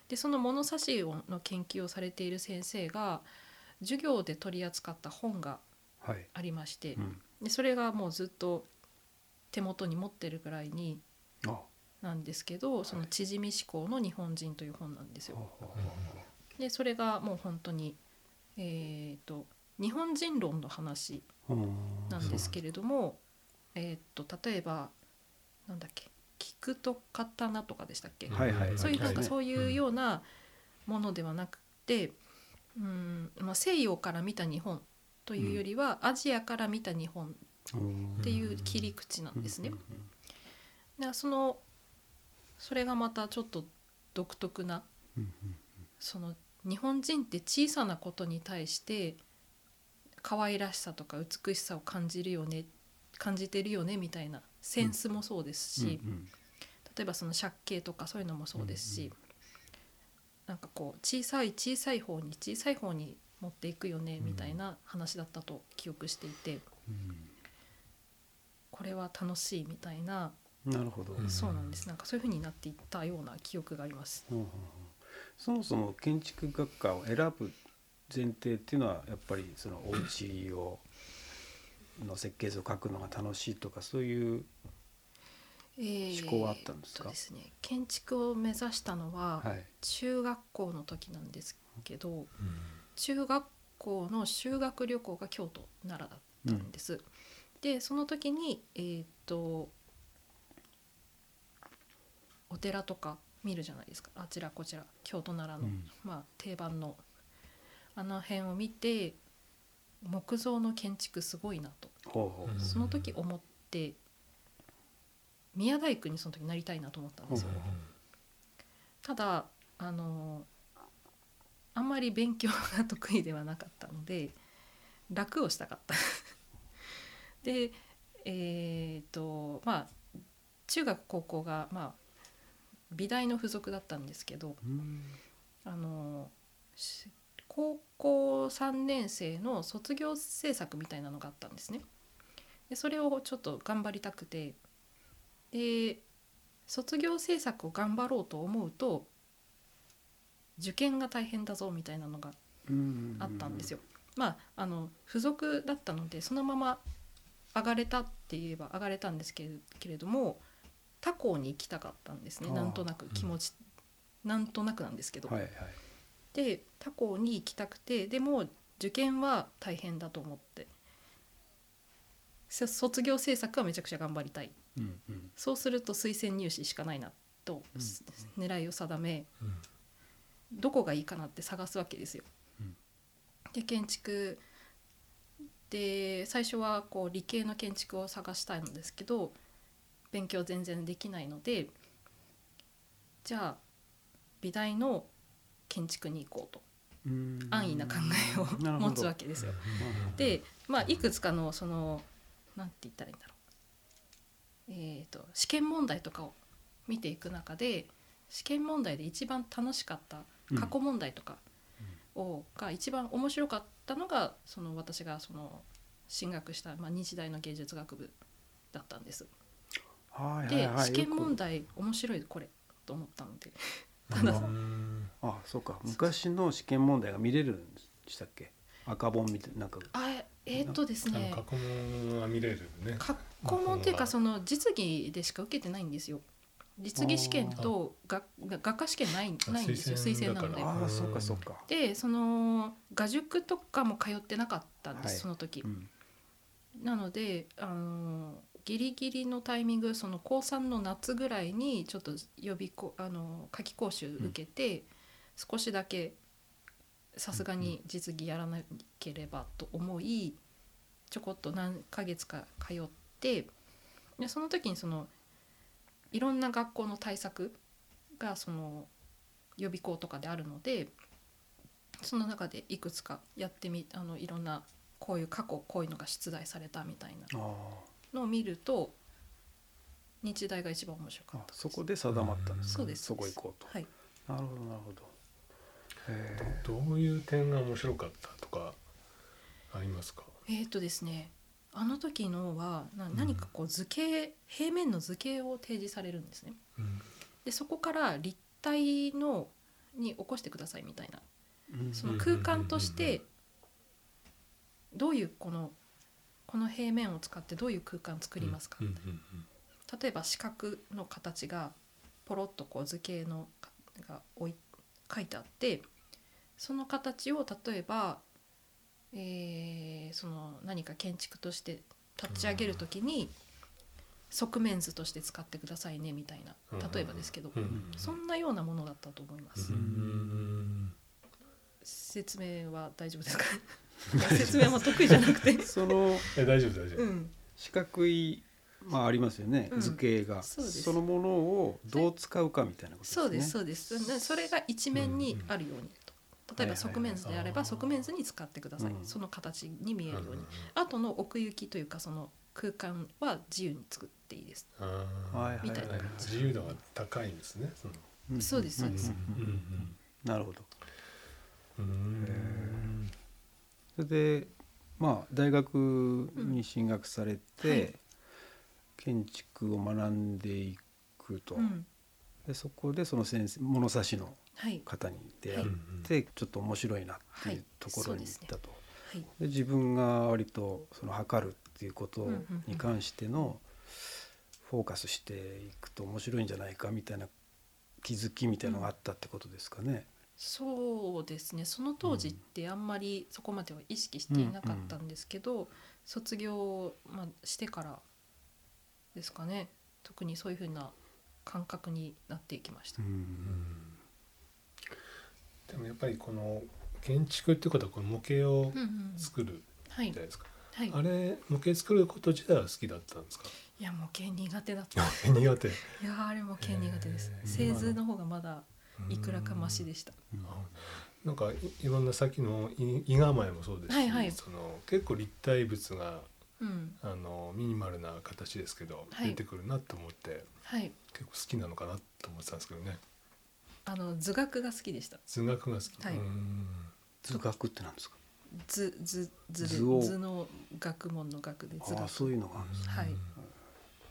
Speaker 3: でその物差しをの研究をされている先生が授業で取り扱った本が
Speaker 1: はい、
Speaker 3: ありまして、
Speaker 1: うん、
Speaker 3: でそれがもうずっと手元に持ってるぐらいに
Speaker 1: あは
Speaker 3: なんですけど「その縮み思考の日本人」という本なんです
Speaker 1: あ
Speaker 3: よ。
Speaker 1: は
Speaker 3: でそれがもう本当にえっ、と日本人論の話
Speaker 1: あうん
Speaker 3: なんですけれども、えっ、と例えばなんだっけ菊と刀とかでしたっけ、
Speaker 1: はいはい
Speaker 3: そういうなんか
Speaker 1: はい
Speaker 3: そういうようなものではなくて、うんまあ、西洋から見た日本というよりは、アジアから見た日本っ
Speaker 1: うん
Speaker 3: ていう切り口なんですね。
Speaker 1: うん
Speaker 3: でそのそれがまたちょっと独特な
Speaker 1: うん
Speaker 3: その日本人って小さなことに対して可愛らしさとか美しさを感じるよね感じてるよねみたいなセンスもそうですし、
Speaker 1: うんうん
Speaker 3: 例えばその借景とかそういうのもそうですし、なんかこう小さい小さい方に小さい方に持っていくよねみたいな話だったと記憶していて、これは楽しいみたいな、
Speaker 1: うんなるほど、
Speaker 2: うん
Speaker 3: そうなんですなんかそういう風になっていったような記憶があります。
Speaker 1: うんうんうんそもそも建築学科を選ぶ前提っていうのはやっぱりそのお家をの設計図を書くのが楽しいとかそういう
Speaker 3: 思
Speaker 1: 考はあったんですか
Speaker 3: ですね建築を目指したのは
Speaker 1: はい
Speaker 3: 中学校の時なんですけど、中学校の修学旅行が京都奈良だったんです、でその時にえーっとお寺とか見るじゃないですかあちらこちら京都奈良の、
Speaker 1: うん
Speaker 3: まあ、定番のあの辺を見て木造の建築すごいなと
Speaker 1: ほうほ
Speaker 2: うん
Speaker 3: その時思って宮大工にその時なりたいなと思ったんですよ。ただあのあんまり勉強が得意ではなかったので楽をしたかった でえっとまあ中学高校が、まあ、美大の付属だったんですけど
Speaker 1: ううん
Speaker 3: あのし高校3年生の卒業制作みたいなのがあったんですね。でそれをちょっと頑張りたくてで卒業制作を頑張ろうと思うと受験が大変だぞみたいなのが
Speaker 1: うん
Speaker 3: あったんですよ。まああの付属だったのでそのまま上がれたって言えば上がれたんですけれけれども他校に行きたかったんですね
Speaker 1: あー
Speaker 3: なんとなく気持ち、なんとなくなんですけど。
Speaker 1: はいはい
Speaker 3: で他校に行きたくてでも受験は大変だと思ってそ卒業制作はめちゃくちゃ頑張りたい
Speaker 1: うんうん
Speaker 3: そうすると推薦入試しかないなと、
Speaker 1: うん
Speaker 3: す狙いを定めどこがいいかなって探すわけですよ。
Speaker 1: うん
Speaker 3: で建築で最初はこう理系の建築を探したいんですけど勉強全然できないのでじゃあ美大の建築に行こうと
Speaker 1: うん
Speaker 3: 安易な考え
Speaker 1: な
Speaker 3: を
Speaker 1: るほど
Speaker 3: 持つわけですよ。
Speaker 1: うん
Speaker 3: でまあいくつかのそのなんて言ったらいいんだろう、えー、と試験問題とかを見ていく中で試験問題で一番楽しかった過去問題とかを、が一番面白かったのがその私がその進学した、まあ、日大の芸術学部だったんです。
Speaker 1: はいはい
Speaker 3: で
Speaker 1: はい
Speaker 3: 試験問
Speaker 1: よ
Speaker 3: 題面白いこれと思ったのでただ
Speaker 1: くあそうか昔の試験問題が見れるんでしたっけ赤本みたいななんか
Speaker 3: あえっ、とですね
Speaker 2: 過去問は見れるね。
Speaker 3: 過去問っていうかその実技でしか受けてないんですよ。実技試験とが学科試験ない
Speaker 2: あ
Speaker 3: ないんですよ推
Speaker 2: 推
Speaker 3: 薦
Speaker 2: 薦
Speaker 3: な
Speaker 2: だ
Speaker 3: の
Speaker 2: から
Speaker 3: で
Speaker 2: あ。ー
Speaker 1: そうかそうか。
Speaker 3: でその画塾とかも通ってなかったんです、
Speaker 1: はい
Speaker 3: その時
Speaker 1: う。ん
Speaker 3: なのであのギリギリのタイミングその高3の夏ぐらいにちょっと予備校あの夏季講習受けて、少しだけさすがに実技やらなければと思いちょこっと何ヶ月か通ってでその時にそのいろんな学校の対策がその予備校とかであるのでその中でいくつかやってみあのいろんなこういう過去こういうのが出題されたみたいな
Speaker 1: あ
Speaker 3: のを見ると日大が一番面白
Speaker 1: ー
Speaker 3: か
Speaker 1: あ
Speaker 3: っ、た
Speaker 1: そこで定まったんですか。
Speaker 3: そうです
Speaker 1: そこ行こうと。
Speaker 3: はい
Speaker 1: なるほどなるほど。え
Speaker 2: どういう点が面白かったとかありますか
Speaker 3: えーっとですねあの時のはな
Speaker 2: うん
Speaker 3: 何かこう図形平面の図形を提示されるんですね
Speaker 2: うん
Speaker 3: でそこから立体のに起こしてくださいみたいな
Speaker 1: ー
Speaker 3: その空間としてどういうこのこの平面を使ってどういう空間作りますか
Speaker 2: うんうんうん
Speaker 3: 例えば四角の形がポロッとこう図形のかが置い書いてあってその形を例えば、えーその何か建築として立ち上げる時に側面図として使ってくださいねみたいな
Speaker 2: うん
Speaker 3: 例えばですけど、
Speaker 2: うんうんうん
Speaker 3: そんなようなものだったと思います。
Speaker 2: うんうん
Speaker 3: 説明は大丈夫ですか いや説明も得意じゃな くて
Speaker 1: その
Speaker 2: え大丈夫大丈夫、
Speaker 3: うん
Speaker 1: 四角いまあありますよね、
Speaker 3: うん
Speaker 1: 図形が
Speaker 3: そうです
Speaker 1: のものをどう使うかみたいなことですね。
Speaker 3: そうですそうですなそれが一面にあるようにと例え
Speaker 1: はいはいは
Speaker 3: ば
Speaker 1: い
Speaker 3: 側面図であれ
Speaker 2: あ
Speaker 3: ば
Speaker 2: ー
Speaker 3: 側面図に使ってください
Speaker 1: うん
Speaker 3: その形に見えるよう
Speaker 2: うんうんう
Speaker 3: に
Speaker 2: ん
Speaker 3: 後の奥行きというかその空間は自由に作っていいです
Speaker 2: あー
Speaker 1: はいはい
Speaker 3: みたいな
Speaker 2: 自由度が高いんですねその
Speaker 1: うん
Speaker 3: そうですそうです
Speaker 1: んんんなるほど。
Speaker 2: うんうんうん
Speaker 1: それでまあ大学に進学されて、
Speaker 3: うんはい
Speaker 1: 建築を学んでいくと、
Speaker 3: うん
Speaker 1: でそこでその先生物差しの
Speaker 3: はい
Speaker 1: 方に出
Speaker 2: う
Speaker 1: 会っ
Speaker 2: ん
Speaker 1: て、ちょっと面白いなってい
Speaker 3: は
Speaker 1: う
Speaker 3: い
Speaker 1: ところに行っ
Speaker 3: そうです
Speaker 1: たと。
Speaker 3: はい
Speaker 1: で自分が割とその測るっていうこと
Speaker 3: うんうんうん
Speaker 1: に関してのフォーカスしていくと面白いんじゃないかみたいな気づきみたいなのがあったってことですかね。
Speaker 3: そうですねその当時ってあんまりそこまでは意識していなかったんですけど、卒業、まあ、してからですかね特にそういうふうな感覚になっていきました
Speaker 1: う。
Speaker 2: うんんでもやっぱりこの建築ってことはこの模型を
Speaker 3: うんうん
Speaker 2: 作る
Speaker 3: は
Speaker 2: じ
Speaker 3: い
Speaker 2: ゃないですか、
Speaker 3: はい、
Speaker 2: あれ模型作ること自体は好きだったんです か
Speaker 3: いや模型苦手だった
Speaker 2: 苦
Speaker 3: い
Speaker 2: 手
Speaker 3: やーあれ模型苦手です、
Speaker 2: えー
Speaker 3: 製図の方がまだいくらかマシでした
Speaker 2: なんかいいろんな先のい伊賀前もそうですし、
Speaker 3: はいはい
Speaker 2: その結構立体物が
Speaker 3: うん
Speaker 2: あのミニマルな形ですけど、
Speaker 3: はい
Speaker 2: 出てくるなと思って
Speaker 3: はい
Speaker 2: 結構好きなのかなと思ってたんですけどね
Speaker 3: あの図学が好きでした
Speaker 2: 数学が好き、
Speaker 3: はい
Speaker 2: うん
Speaker 1: 図学ってなんですか。
Speaker 3: 図図図
Speaker 1: 図を
Speaker 3: で図の学問の学で図
Speaker 1: ああ
Speaker 3: 学
Speaker 1: そういうのがあるんですね。
Speaker 3: はい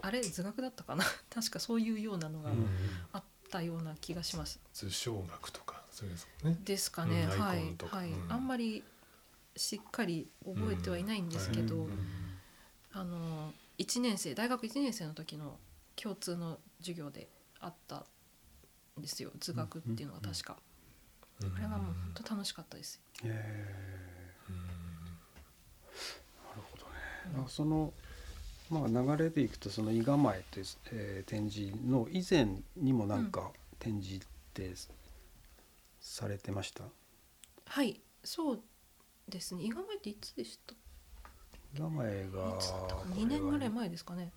Speaker 3: あれ図学だったかな 確かそういうようなのが
Speaker 2: うん
Speaker 3: あったような気がします、
Speaker 2: 図小学とかそういうやつもね
Speaker 3: ですかね、
Speaker 2: うん
Speaker 3: は
Speaker 2: アイ
Speaker 3: い
Speaker 2: コンとか
Speaker 3: はい、
Speaker 2: うん
Speaker 3: あんまりしっかり覚えてはいないんですけど、
Speaker 1: うん
Speaker 2: はい
Speaker 3: あの1年生大学1年生の時の共通の授業であったんですよ図学っていうのが確か、
Speaker 2: うん
Speaker 3: あれはもう本当楽しかったです、
Speaker 1: え
Speaker 2: う
Speaker 1: ーなるほどね。あそのまあ流れでいくとその伊賀前という、えー展示の以前にもなんか展示ってされてました。
Speaker 3: はいそうですね伊賀前っていつでした
Speaker 1: 伊賀前が
Speaker 3: いつだったか2年ぐらい前ですかね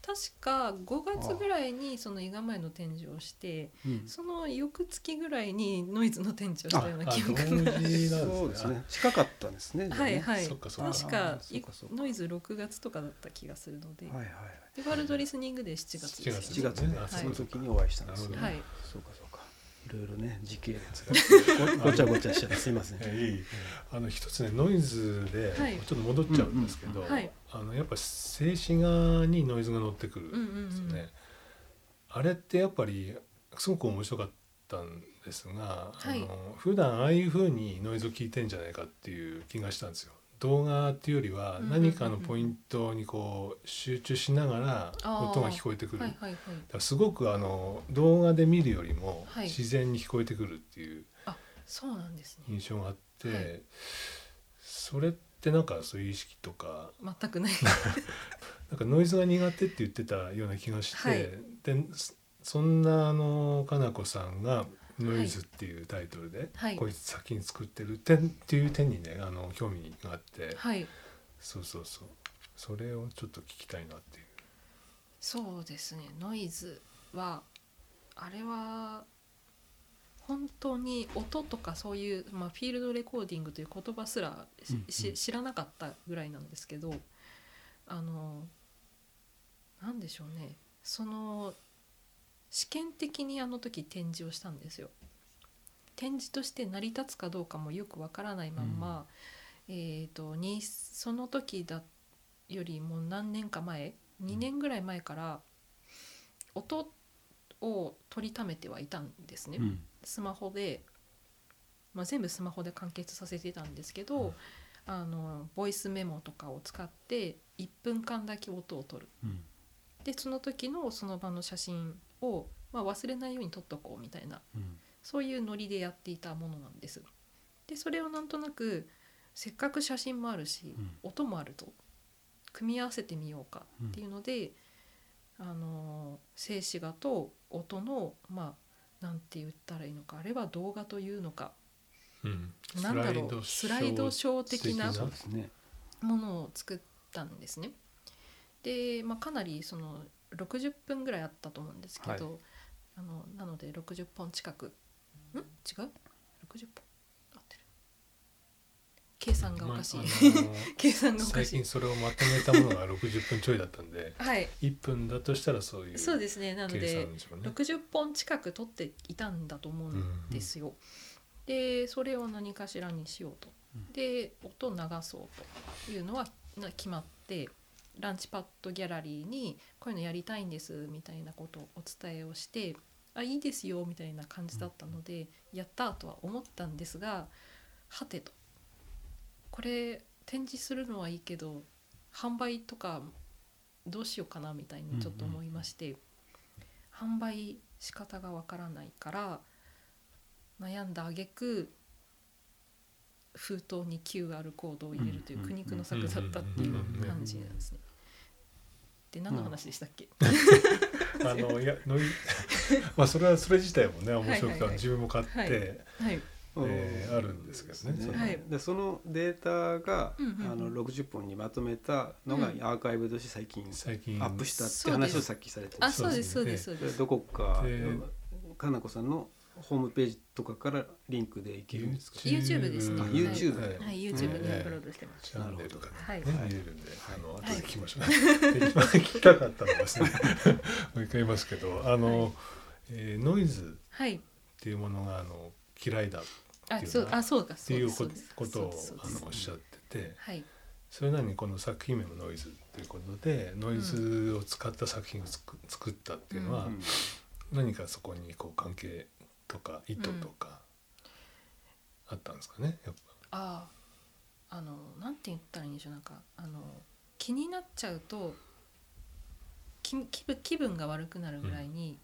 Speaker 3: 確か5月ぐらいにその伊賀前の展示をして
Speaker 1: うん
Speaker 3: その翌月ぐらいにノイズの展示をしたようなん
Speaker 2: あ
Speaker 3: 記憶
Speaker 2: 同時
Speaker 3: が
Speaker 2: なんですね
Speaker 1: そうですね。近かったんですね。じゃあ
Speaker 3: は
Speaker 1: ね
Speaker 3: いはい
Speaker 2: そっかそっか
Speaker 3: 確か
Speaker 1: あーそうかそうか
Speaker 3: ノイズ6月とかだった気がするので、
Speaker 1: はいはいはい。
Speaker 3: でワールドリスニングで7月ですよね
Speaker 1: 7月ね
Speaker 2: そうで、すね
Speaker 1: その時にお会いしたんですね。
Speaker 3: はい
Speaker 1: そうかそうか。いろいろね時系列がごごちゃごちゃしちゃってすいません。
Speaker 2: えーいいあの一つねノイズで
Speaker 3: はい
Speaker 2: ちょっと戻っちゃうんですけど、
Speaker 1: うん
Speaker 3: うんはい
Speaker 2: あのやっぱ静止画にノイズが乗ってくる
Speaker 3: うんうん
Speaker 2: んですよね、
Speaker 3: うん
Speaker 2: あれってやっぱりすごく面白かったんですが、
Speaker 3: はい
Speaker 2: あの普段ああいう風にノイズを聞いてんじゃないかっていう気がしたんですよ動画っていうよりは
Speaker 3: うんうんうんうん
Speaker 2: 何かのポイントにこう集中しながら
Speaker 3: あー
Speaker 2: 音が聞こえてくる、
Speaker 3: はい
Speaker 2: だか
Speaker 3: はいはい
Speaker 2: らすごくあの動画で見るよりも
Speaker 3: はい
Speaker 2: 自然に聞こえてくるっていう
Speaker 3: そうなんですね
Speaker 2: 印象があって、
Speaker 3: はい
Speaker 2: それってなんかそういう意識とか
Speaker 3: 全くない
Speaker 2: なんかノイズが苦手って言ってたような気がして、
Speaker 3: はい
Speaker 2: でそそんなあのかなこさんが「ノイズ」っていうタイトルで、
Speaker 3: はい
Speaker 2: こいつ先に作ってる点っていう点にねあの興味があって、
Speaker 3: はい
Speaker 2: そうそうそうそれをちょっと聞きたいなっていう。
Speaker 3: そうですねノイズはあれは本当に音とかそういう、まあ、フィールドレコーディングという言葉すらし
Speaker 1: うんうん
Speaker 3: し知らなかったぐらいなんですけどあのなんでしょうねその試験的にあの時展示をしたんですよ。展示として成り立つかどうかもよくわからないまんま、えー、とにその時だよりも何年か前2年ぐらい前から音を取りためてはいたんですね、
Speaker 1: うん
Speaker 3: スマホで、まあ、全部スマホで完結させてたんですけど、
Speaker 2: うん
Speaker 3: あのボイスメモとかを使って1分間だけ音を取る
Speaker 1: うん
Speaker 3: でその時のその場の写真を、まあ、忘れないように撮っとこうみたいな
Speaker 1: うん
Speaker 3: そういうノリでやっていたものなんです。でそれをなんとなくせっかく写真もあるし、
Speaker 1: うん
Speaker 3: 音もあると組み合わせてみようかっていうので、あのー静止画と音のまあなんて言ったらいいのかあれは動画というのか
Speaker 2: うん
Speaker 3: なんだろうスライドショー的な
Speaker 1: そうですね
Speaker 3: ものを作ったんですね。で、まあ、かなりその60分ぐらいあったと思うんですけど、あのなので60本近くん違う ?60 本合ってる計算がおかしい、
Speaker 2: まああの
Speaker 3: 計算がおか
Speaker 2: 最
Speaker 3: しい
Speaker 2: 近それをまとめたものが60分ちょいだったんで
Speaker 3: はい
Speaker 2: 1分だとしたらそういう計
Speaker 3: そう
Speaker 2: 算
Speaker 3: ですねなの
Speaker 2: で
Speaker 3: で
Speaker 2: しょうね。
Speaker 3: 60本近く撮っていたんだと思うんですよ。でそれを何かしらにしようと。
Speaker 1: うん
Speaker 3: で音流そうというのはな決まってランチパッドギャラリーにこういうのやりたいんですみたいなことをお伝えをしてあいいですよみたいな感じだったので、やったとは思ったんですがはてとこれ展示するのはいいけど販売とかどうしようかなみたいにちょっと思いまして、販売仕方がわからないから悩んだ挙句封筒に QR コードを入れるという
Speaker 1: うんうんう
Speaker 3: 苦
Speaker 1: ん
Speaker 3: 肉の策だったっていう感じなんですね。で何の話でしたっけ、
Speaker 2: あのい やノイ まあそれはそれ自体もね面白くて、
Speaker 3: はいはいはい
Speaker 2: 自分も買って、
Speaker 3: はいはい、
Speaker 2: えーあるんですけどね
Speaker 1: そう
Speaker 3: はい
Speaker 1: でそのデータが、
Speaker 3: うんうんうん
Speaker 1: あの60本にまとめたのが
Speaker 3: うん
Speaker 1: アーカイブとして最近
Speaker 2: 最近
Speaker 1: アップしたって話をさっきされてま
Speaker 3: あ
Speaker 1: す
Speaker 3: そうですそうですそう
Speaker 1: で
Speaker 3: です。
Speaker 1: どこか
Speaker 2: で
Speaker 1: かなこさんのホームページとかからリンクでいけるんですか
Speaker 3: YouTube ですね
Speaker 1: あ YouTube
Speaker 2: はい
Speaker 3: はい、YouTube にアップロードしてます。
Speaker 2: チャンネルとかね、
Speaker 3: はい
Speaker 2: ね見れるんで、あの後
Speaker 3: はい
Speaker 2: で聞きましょう、で一番聞きたかったのはですね もう一回言いますけどあの、
Speaker 3: はい
Speaker 2: えーノイズ
Speaker 3: はい。
Speaker 2: っていうものがあの嫌いだっ
Speaker 3: あ、そう、あ、そうか、
Speaker 2: て
Speaker 3: そう
Speaker 2: い
Speaker 3: で
Speaker 2: う
Speaker 3: す。
Speaker 2: こ
Speaker 3: そう
Speaker 2: と
Speaker 3: です
Speaker 2: ことを
Speaker 3: そうです
Speaker 2: あ
Speaker 3: そうです
Speaker 2: のおっしゃってて
Speaker 3: はい。
Speaker 2: それなのにこの作品名もノイズということでノイズを使った作品をつく作ったっていうのは、
Speaker 1: うん
Speaker 2: 何かそこにこう関係とか意図とかあったんですかね、やっ
Speaker 3: ああ、あの、なんて言ったらいいんでしょう、なんか、あの、気になっちゃうと。気気分気分が悪くなるぐらいに、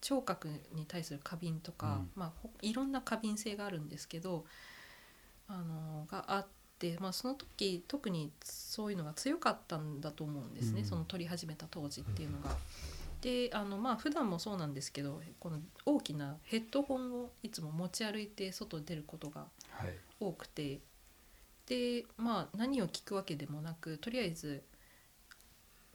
Speaker 3: 聴覚に対する過敏とか、
Speaker 1: うん
Speaker 3: まあほいろんな過敏性があるんですけどあのがあって、まあ、その時特にそういうのが強かったんだと思うんですね、
Speaker 1: うん
Speaker 3: その撮り始めた当時っていうのが。であのまあ普段もそうなんですけどこの大きなヘッドホンをいつも持ち歩いて外に出ることが
Speaker 1: はい
Speaker 3: 多くてでまあ何を聞くわけでもなくとりあえず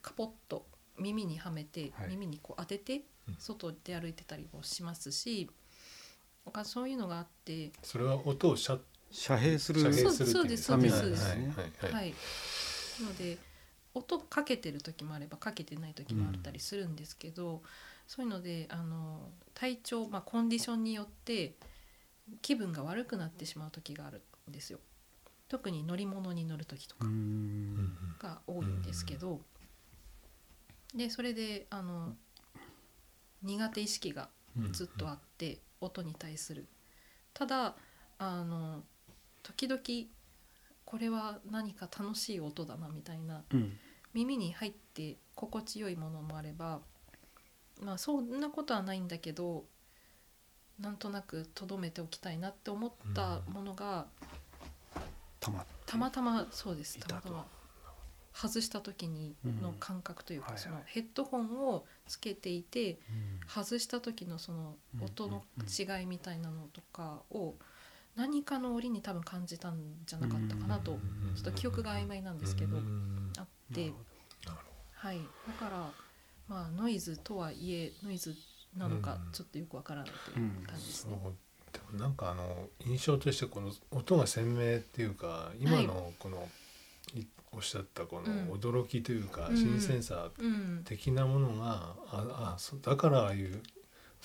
Speaker 3: カポッと耳にはめて、
Speaker 1: はい
Speaker 3: 耳にこう当てて
Speaker 2: うん
Speaker 3: 外で歩いてたりもしますし、なんかそういうのがあって、
Speaker 2: それは音を遮
Speaker 1: 遮蔽する
Speaker 2: 遮蔽
Speaker 3: そう
Speaker 2: するってい
Speaker 3: そう
Speaker 1: ですそう
Speaker 2: 意
Speaker 1: で
Speaker 2: 味
Speaker 1: す
Speaker 2: な
Speaker 1: そうんです
Speaker 2: ね
Speaker 3: はい
Speaker 2: い
Speaker 3: なので音かけてる時もあればかけてない時もあったりするんですけど、そういうのであの体調、まあ、コンディションによって気分が悪くなってしまう時があるんですよ。特に乗り物に乗る時とか
Speaker 1: う
Speaker 2: うんうん
Speaker 1: ん
Speaker 3: が多いんですけど、でそれであの苦手意識が
Speaker 2: うん
Speaker 3: ずっとあって、音に対するただあの時々これは何か楽しい音だなみたいな
Speaker 1: うん
Speaker 3: 耳に入って心地よいものもあればまあそんなことはないんだけどなんとなくとどめておきたいなって思ったものが、
Speaker 1: たまって
Speaker 3: たまたまそうです
Speaker 1: い
Speaker 3: た
Speaker 1: た
Speaker 3: ま
Speaker 1: と
Speaker 3: たま外した時にの感覚というか、
Speaker 1: うん
Speaker 3: そ
Speaker 1: は
Speaker 3: の
Speaker 1: いは
Speaker 3: ヘッドホンをつけていて
Speaker 1: うん
Speaker 3: 外した時のその音の違いみたいなのとかを何かの折に多分感じたんじゃなかったかなとちょっと記憶が曖昧なんですけど
Speaker 2: うん
Speaker 3: あっ
Speaker 1: な
Speaker 3: て
Speaker 1: るほど
Speaker 2: なる
Speaker 3: はいだからまあノイズとはいえノイズなのか
Speaker 2: うん
Speaker 3: ちょっとよくわからないという感じです
Speaker 2: そう
Speaker 3: ね。
Speaker 2: でもなんかあの印象としてこの音が鮮明っていうか今のこの、いおっしゃったこ
Speaker 3: うん
Speaker 2: の驚きというか、
Speaker 3: うん
Speaker 2: 新鮮さ
Speaker 3: うん、
Speaker 2: 的なものがああそうだからああいう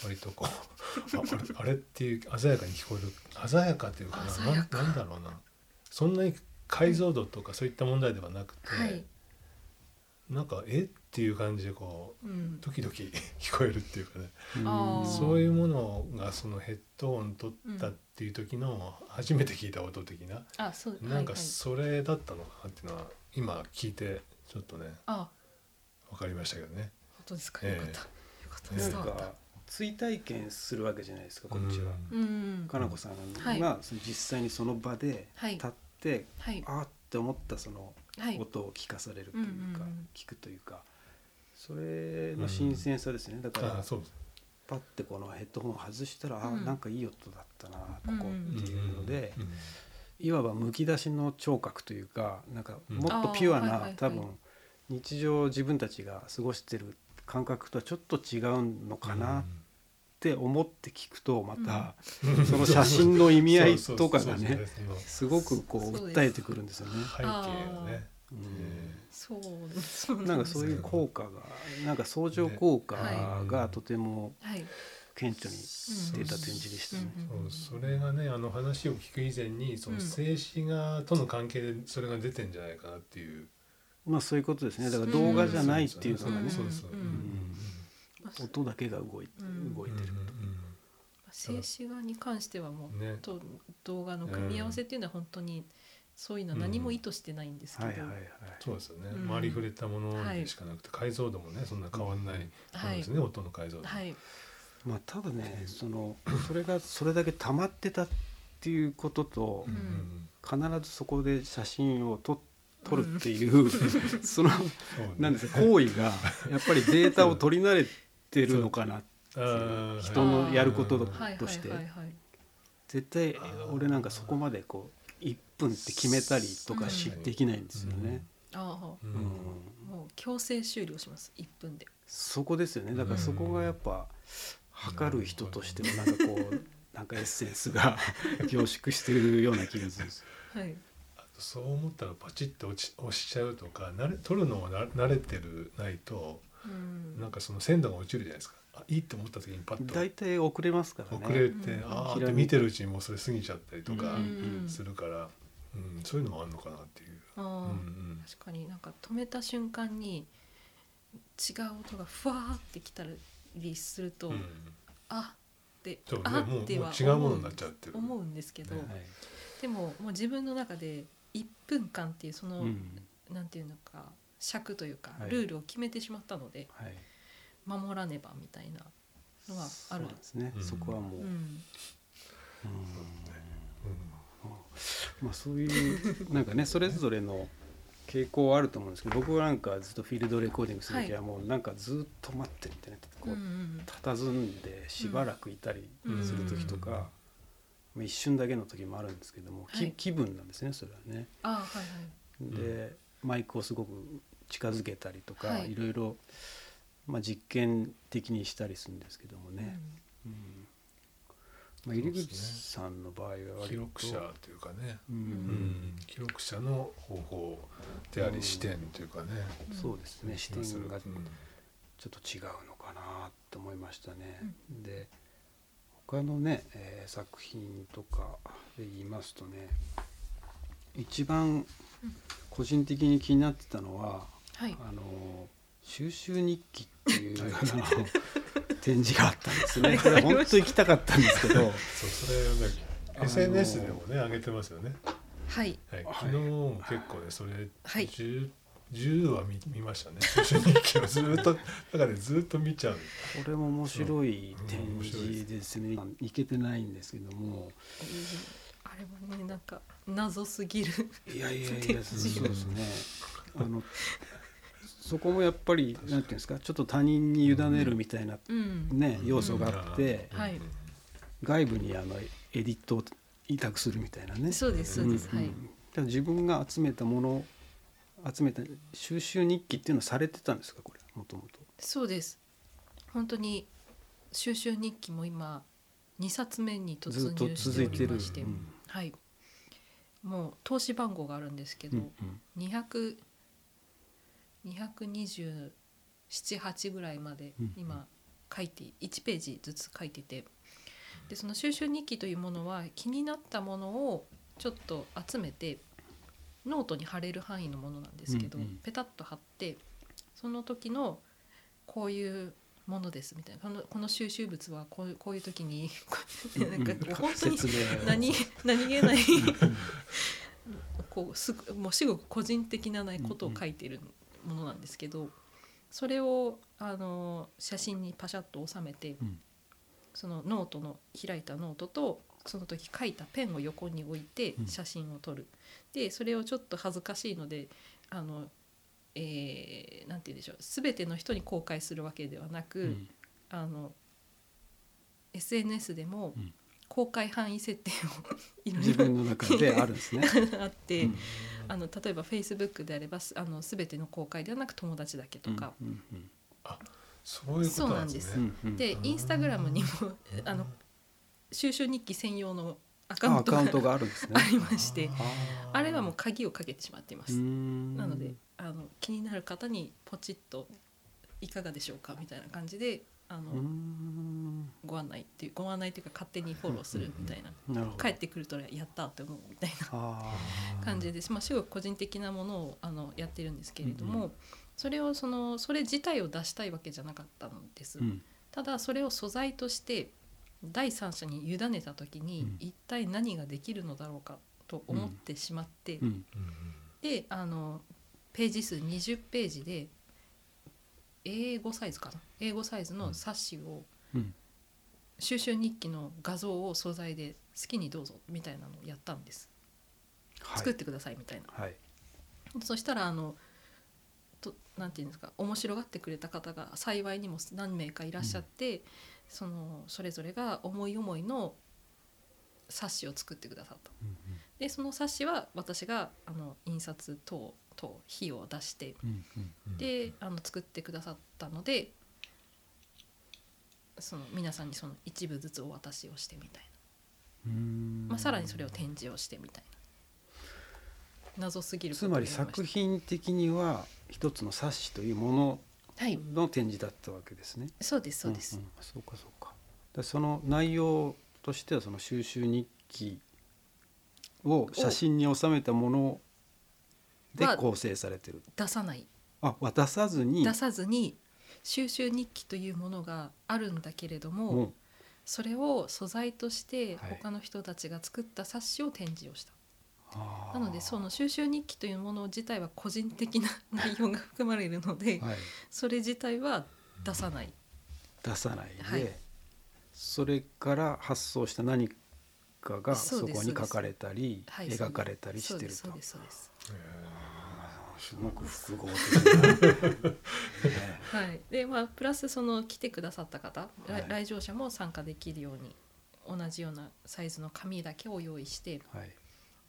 Speaker 2: 割とこうああれあれっていう鮮やかに聞こえる鮮やかというか
Speaker 3: 鮮
Speaker 2: な
Speaker 3: や
Speaker 2: な
Speaker 3: か
Speaker 2: なんだろうなそんなに解像度とかそういった問題ではなくて、
Speaker 3: はい、
Speaker 2: なんかえっていう感じでこう
Speaker 3: うん、
Speaker 2: ドキ ドキ聞こえるっていうかね
Speaker 3: あー
Speaker 2: そういうものがそのヘッドホン取ったっていう時の初めて聞いた音的な、
Speaker 3: あそう
Speaker 2: なんか
Speaker 3: はいはい
Speaker 2: それだったのかなっていうのは今聞いてちょっとね
Speaker 3: あ
Speaker 2: 分かりましたけどね。
Speaker 3: 本当ですか
Speaker 2: ええ
Speaker 3: よかった、よかった
Speaker 2: ね
Speaker 1: なん
Speaker 3: 伝わった
Speaker 1: か追体験するわけじゃないですかこっちは。
Speaker 2: うん
Speaker 3: うん
Speaker 1: かなこさ
Speaker 3: はい
Speaker 1: んがその実際にその場で
Speaker 3: はい
Speaker 1: 立って、
Speaker 3: はい
Speaker 1: あーって思ったその
Speaker 3: はい
Speaker 1: 音を聞かされるというか、
Speaker 3: うんうんうん
Speaker 1: 聞くというかそれの新鮮さですね、だから
Speaker 2: あそうです
Speaker 1: パッてこのヘッドホンを外したら、あ
Speaker 3: うん
Speaker 1: ーなんかいい音だったなここ
Speaker 3: うん
Speaker 1: っていうので、
Speaker 2: うん
Speaker 1: いわばむき出しの聴覚というかなんか
Speaker 2: うん
Speaker 1: もっとピュア
Speaker 3: あー
Speaker 1: な、
Speaker 3: はいはいはい
Speaker 1: 多分日常自分たちが過ごしてる感覚とはちょっと違うのかなって思って聞くとまた、その写真の意味合いとかがね
Speaker 2: そうそうそうそう
Speaker 1: すごくこう
Speaker 3: そうです
Speaker 1: 訴えてくるんですよね。
Speaker 2: 背景がね
Speaker 1: う、
Speaker 3: そうそうなんん
Speaker 1: なん
Speaker 3: で
Speaker 1: か
Speaker 3: す
Speaker 1: そういう効果がなんか相乗効果
Speaker 3: ねはい
Speaker 1: がとても
Speaker 3: はい
Speaker 1: 顕著に
Speaker 2: そう
Speaker 1: 出た展示でしたね。
Speaker 2: そうそれがねあの話を聞く以前にその静止画との関係でそれが出てんじゃないかなっていう
Speaker 1: まあそういうことですね。だから動画じゃないっていうのがね、
Speaker 2: そうそうそう
Speaker 3: うん
Speaker 2: う
Speaker 3: うんん音
Speaker 1: 音だけが動いて
Speaker 3: うん
Speaker 1: 動い
Speaker 2: うん
Speaker 1: てる。
Speaker 3: 静止画に関してはもう、
Speaker 2: ね
Speaker 3: と動画の組み合わせっていうのは本当にそういうのは何も意図してないんですけ
Speaker 1: はい
Speaker 3: ど、
Speaker 1: はいはい。
Speaker 2: そうですよね、
Speaker 3: うん
Speaker 2: 周り触れたものでしかなくて、解像度もねそんな変わんないものですね、音の解像度、
Speaker 3: はい
Speaker 1: まあただね、そのそれがそれだけ溜まってたっていうことと
Speaker 2: う、ん
Speaker 1: 必ずそこで写真を撮撮るって いうその
Speaker 2: そうね
Speaker 1: なんですか行為がやっぱりデータを取り慣れてるのかな
Speaker 2: あー
Speaker 1: 人のやることと
Speaker 3: はいはい
Speaker 1: どう
Speaker 3: は
Speaker 1: して
Speaker 3: いはい
Speaker 1: 絶対
Speaker 2: ー
Speaker 1: 俺なんかそこまでこう1分って決めたりとかし
Speaker 2: うん
Speaker 1: できないんですよね。
Speaker 3: ああ
Speaker 2: うん
Speaker 1: うん
Speaker 3: もう強制終了します1分で
Speaker 1: そこですよねだからそこがやっぱ測る人としてもなんかこうなんかエッセンス が凝縮してるような気がするんです。
Speaker 3: はい
Speaker 2: あとそう思ったらパチッと落ち押しちゃうとか慣れ取るのをな慣れてるないと
Speaker 3: うん
Speaker 2: なんかその鮮度が落ちるじゃないですかあいいって思った時にパッと
Speaker 1: 大体遅れますからね。
Speaker 2: 遅れて、
Speaker 3: うん
Speaker 2: ああっ
Speaker 1: ひら
Speaker 2: て
Speaker 1: めい
Speaker 2: 見てるうちにもうそれ過ぎちゃったりとか
Speaker 3: うん
Speaker 2: するから、うんそういうのもあるのかなっていう。
Speaker 3: あ
Speaker 2: う
Speaker 3: あ
Speaker 2: ん
Speaker 3: 確かになんか止めた瞬間に違う音がふわーってきたりすると、
Speaker 2: うんうん
Speaker 3: あって、
Speaker 2: そうね
Speaker 3: あ
Speaker 2: もう
Speaker 3: っては
Speaker 2: もう違うものになっちゃってる
Speaker 3: 思うんですけど、
Speaker 2: ね
Speaker 1: はい
Speaker 3: でももう自分の中で1分間っていうその、
Speaker 1: うん
Speaker 3: なんていうのか尺というか
Speaker 1: はい
Speaker 3: ルールを決めてしまったので、
Speaker 1: はい、
Speaker 3: 守らねばみたいなのはあ
Speaker 1: そう
Speaker 3: る
Speaker 1: なんですね、
Speaker 2: うん
Speaker 1: そこはもう、う
Speaker 3: う
Speaker 1: ん
Speaker 3: ん
Speaker 1: まあ、そういうなんかねそれぞれの傾向はあると思うんですけど僕はなんかずっとフィールドレコーディングする時はもうなんかずっと待ってってねこ
Speaker 3: うんう
Speaker 1: うん佇んでしばらくいたり
Speaker 3: うん
Speaker 1: する時とか、まあ一瞬だけの時もあるんですけども、き
Speaker 3: はい
Speaker 1: 気分なんですねそれはね。
Speaker 3: あはいはい
Speaker 1: で、マイクをすごく近づけたりとか、
Speaker 3: はい
Speaker 1: い、ろいろ、まあ、実験的にしたりするんですけども
Speaker 3: う
Speaker 1: ね、
Speaker 3: ん
Speaker 1: うんまあ、
Speaker 2: そう
Speaker 1: 入
Speaker 2: ですね
Speaker 1: 口さんの場合は
Speaker 2: うん
Speaker 1: 割と
Speaker 2: 記録者というかね、
Speaker 1: うん
Speaker 2: うん
Speaker 3: ん
Speaker 2: 記録者の方法であり視点というかね、
Speaker 1: そうですね視点
Speaker 2: する
Speaker 1: が
Speaker 2: うん
Speaker 1: ちょっと違うのかなと思いましたね。
Speaker 3: う
Speaker 1: で他のね、えー作品とかで言いますとね一番個人的に気になってたのは
Speaker 3: はい
Speaker 1: あの収集日記っていうあ の展示があったんですね。これ 本当行きたかったんですけど、
Speaker 2: そうそれはね
Speaker 1: あのー
Speaker 2: SNS でもね上げてますよね。
Speaker 3: はい
Speaker 2: はい、
Speaker 1: はい
Speaker 2: 昨日も結構ねそれ
Speaker 3: はい
Speaker 2: 10 10は見見ましたね最初日記をずっとだからねずっと見ちゃう
Speaker 1: これも面白い
Speaker 2: そううん
Speaker 1: 展
Speaker 2: 面白いで
Speaker 1: 示ですね今行けてないんですけども
Speaker 3: あれもねなんか謎すぎる
Speaker 1: いやい やい
Speaker 3: 展
Speaker 1: や
Speaker 3: 示
Speaker 1: そうですね あのそこもやっぱりなんていうんですかちょっと他人に委ねるみたいな
Speaker 3: うん、
Speaker 1: ね要素があって
Speaker 2: うん
Speaker 3: はい
Speaker 1: 外部にあのエディットを委託するみたいなね
Speaker 3: そうですそうです、
Speaker 1: んん
Speaker 3: はい
Speaker 1: ただ自分が集めたもの集めた収集日記っていうのはされてたんですかこれもともと
Speaker 3: そうです本当に収集日記も今2冊目に
Speaker 1: ず
Speaker 3: 突
Speaker 1: っと
Speaker 3: 入して
Speaker 1: 続
Speaker 3: お
Speaker 1: いて
Speaker 3: り
Speaker 1: る、
Speaker 3: まして
Speaker 1: うん
Speaker 3: はいもう投資番号があるんですけ
Speaker 1: う
Speaker 3: ど、
Speaker 1: んうん
Speaker 3: 200 227ぐらいまで
Speaker 1: うん
Speaker 3: 今書いて1ページずつ書いててでその収集日記というものは気になったものをちょっと集めてノートに貼れる範囲のものなんですけど、
Speaker 1: うんうん
Speaker 3: ペタッと貼ってその時のこういうものですみたいなこのこの収集物はこういうこういう時に なんかもう本当に
Speaker 1: 説明
Speaker 3: 何何気ないこうすぐもうすぐ個人的なないことを書いてるものなんですけど、それをあの写真にパシャッと収めて、
Speaker 1: うん
Speaker 3: そのノートの開いたノートとその時書いたペンを横に置いて
Speaker 1: うん
Speaker 3: 写真を撮る、でそれをちょっと恥ずかしいのであの、えーなんて言うんでしょう全ての人に公開するわけではなく、
Speaker 1: うん
Speaker 3: あの SNS でも
Speaker 1: うん
Speaker 3: 公開範囲設定 をいろ
Speaker 1: 自
Speaker 3: い
Speaker 1: 分の中であるんですね、
Speaker 3: ろあって、
Speaker 1: うん
Speaker 3: あの例えば Facebook であればすあの全ての公開ではなく友達だけ とか、
Speaker 1: うんうん
Speaker 2: そういうことなんです
Speaker 1: う
Speaker 2: ね
Speaker 1: んうん
Speaker 3: で
Speaker 2: うん
Speaker 3: Instagram にも あの収集日記専用のアカ
Speaker 1: あア
Speaker 3: ウントが
Speaker 1: カウントがあるんです
Speaker 3: あ
Speaker 1: ね
Speaker 3: りまして
Speaker 2: あー
Speaker 3: あれはもう鍵をかけてしまっています。
Speaker 1: な
Speaker 3: なのであの気になる方にポチッといかがでしょうかみたいな感じであの、
Speaker 1: ん
Speaker 3: ご案内っていうご案内というか勝手にフォローするみたいな
Speaker 1: なるほど
Speaker 3: 帰ってくるとやったって思うみたい
Speaker 1: あ
Speaker 3: な感じです、まあ、すごく個人的なものをあのやってるんですけれども、
Speaker 1: うんう
Speaker 3: それをそのそれ自体を出したいわけじゃなかったんです、
Speaker 1: ーうん
Speaker 3: ただそれを素材として第三者に委ねた時に、
Speaker 1: うん
Speaker 3: 一体何ができるのだろうかと思ってしまって、
Speaker 1: うん
Speaker 2: うん
Speaker 3: であのページ数20ページで A5 サイズかな A5 サイズの冊子を、
Speaker 1: うん
Speaker 3: 収集日記の画像を素材で好きにどうぞみたいなのをやったんです、
Speaker 1: はい
Speaker 3: 作ってくださいみたいな
Speaker 1: はい
Speaker 3: そしたらあのとなんていうんですか面白がってくれた方が幸いにも何名かいらっしゃって、そのそれぞれが思い思いの冊子を作ってくださった
Speaker 1: うん
Speaker 3: でその冊子は私があの印刷等と費用を出して
Speaker 1: うんうん
Speaker 3: であの作ってくださったのでその皆さんにその一部ずつお渡しをしてみたいな。
Speaker 1: うーん
Speaker 3: まあ、さらにそれを展示をしてみたいな謎すぎる
Speaker 1: つまり作
Speaker 3: 品
Speaker 1: 品的には一つの冊子というも
Speaker 3: はい
Speaker 1: のの展示だったわけですね。
Speaker 3: そうですそうです、
Speaker 1: んんそうかそうか。でその内容としてはその収集日記を写真に収めたもので
Speaker 3: は
Speaker 1: 構成されてる。
Speaker 3: 出さない
Speaker 1: あ渡さずに
Speaker 3: 出さずに収集日記というものがあるんだけれども、
Speaker 1: もう
Speaker 3: それを素材として
Speaker 2: はい
Speaker 3: 他の人たちが作った冊子を展示をした、
Speaker 1: あー
Speaker 3: なのでその収集日記というもの自体は個人的な内容が含まれるので、
Speaker 1: はい、
Speaker 3: それ自体は出さない
Speaker 1: 出さないで、
Speaker 3: はい
Speaker 1: それから発想した何かが
Speaker 3: そ
Speaker 1: そう
Speaker 3: です
Speaker 1: こに書かれたり、
Speaker 3: はい
Speaker 1: 描かれたりしてる
Speaker 3: そ
Speaker 1: と
Speaker 3: うですそうです
Speaker 1: すごく複合的な、ね、
Speaker 3: はい、でまあプラスその来てくださった方、ら
Speaker 1: はい
Speaker 3: 来場者も参加できるように同じようなサイズの紙だけを用意して
Speaker 1: はい、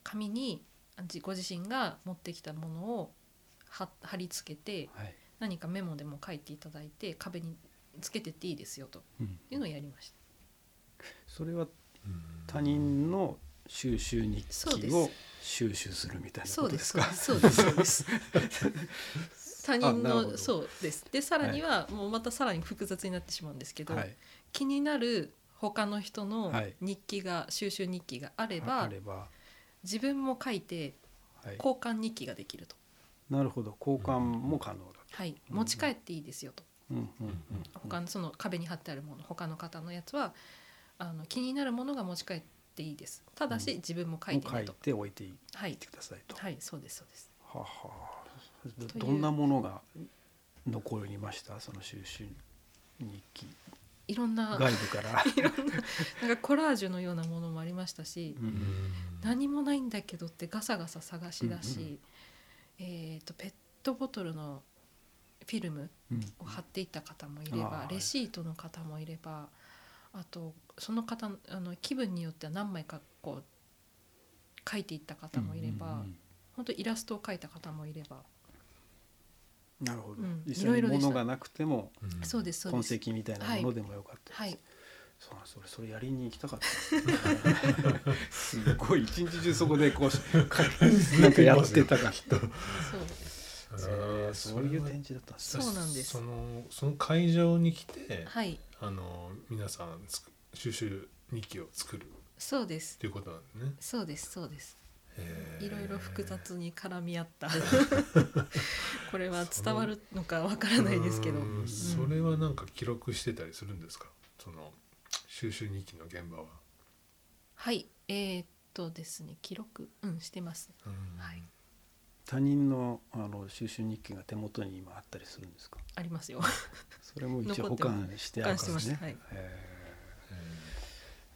Speaker 3: 紙に自ご自身が持ってきたものを貼貼り付けて
Speaker 1: はい、
Speaker 3: 何かメモでも書いていただいて壁につけてっていいですよと
Speaker 1: うん
Speaker 3: いうのをやりました。
Speaker 1: それは
Speaker 2: うん
Speaker 1: 他人の収集日
Speaker 3: そうで
Speaker 1: 記
Speaker 3: す
Speaker 1: を収集するみたいな
Speaker 3: そ
Speaker 1: こ
Speaker 3: う
Speaker 1: と
Speaker 3: で
Speaker 1: ですすか。
Speaker 3: そうですそうです 他人
Speaker 1: あなるほ
Speaker 3: の
Speaker 1: ど
Speaker 3: そうですでさらにはもうまたさらに複雑になってしまうんですけど、
Speaker 1: はい、
Speaker 3: 気になる他の人の
Speaker 1: はい
Speaker 3: 日記が、収集日記があれば
Speaker 1: あれば、
Speaker 3: 自分も書いて
Speaker 1: はい、
Speaker 3: 交換日記ができると、
Speaker 1: なるほど交換も可能だ。
Speaker 3: はい、
Speaker 1: うん
Speaker 3: 持ち帰っていいですよと
Speaker 1: うんうんうん
Speaker 3: 他のその壁に貼ってあるもの他の方のやつはあの気になるものが持ち帰っっていいですただし、
Speaker 1: うん
Speaker 3: 自分も書い
Speaker 1: も
Speaker 3: て
Speaker 1: 書
Speaker 3: ね
Speaker 1: い
Speaker 3: と
Speaker 1: ておいていっ
Speaker 3: はい
Speaker 1: てくださいと。
Speaker 3: はいそうですそうです
Speaker 1: はは
Speaker 3: という
Speaker 1: どんなものが残りましたその収集日記
Speaker 3: いろんな
Speaker 1: 外部 から。
Speaker 3: なんかコラージュのようなものもありましたし、
Speaker 1: うん
Speaker 3: 何もないんだけどってガサガサ探し出
Speaker 1: うんう
Speaker 3: し、えー、とペットボトルのフィルム
Speaker 1: うん
Speaker 3: を貼っていった方もいれ
Speaker 1: あ
Speaker 3: ば
Speaker 1: ー
Speaker 3: レシートの方もいればあとその方のあの気分によっては何枚かこう書いていった方もいれば、
Speaker 1: うんうんうん
Speaker 3: 本当イラストを描いた方もいれば、
Speaker 1: なるほど
Speaker 3: うん。
Speaker 1: 実
Speaker 3: いろ
Speaker 1: 際に
Speaker 3: いろでした
Speaker 1: 物がなくても
Speaker 3: そうですそう
Speaker 1: 痕
Speaker 3: です。
Speaker 1: 跡みたいなものでもよかったです。
Speaker 3: はい、
Speaker 1: そうなんです俺それやりに行きたかったん ですよ。すっごい一日中そこでこうなんかやってたから。
Speaker 3: そうです。
Speaker 2: あー
Speaker 1: そういう
Speaker 2: は
Speaker 1: 展示だったんですね。
Speaker 3: そうなんです
Speaker 2: そのその会場に来て、
Speaker 3: はい、
Speaker 2: あの皆さんつく収集日記を作るっ
Speaker 3: そうです。
Speaker 2: ていうことなんでね
Speaker 3: そうです。そうです。
Speaker 2: へー
Speaker 3: いろいろ複雑に絡み合った これは伝わるのかわからないですけど、
Speaker 2: う
Speaker 3: うん
Speaker 2: んそれはなんか記録してたりするんですかその収集日記の現場は、
Speaker 3: はいえー、っとですね記録うんしてます
Speaker 2: うん
Speaker 3: はい
Speaker 1: 他人のあの収集日記が手元に今あったりするんですか。
Speaker 3: ありますよ
Speaker 1: それも一応
Speaker 3: 残
Speaker 1: 保
Speaker 3: ってます
Speaker 1: 管してあるんですね。
Speaker 3: 保管してますはい
Speaker 1: え
Speaker 2: えー
Speaker 1: ー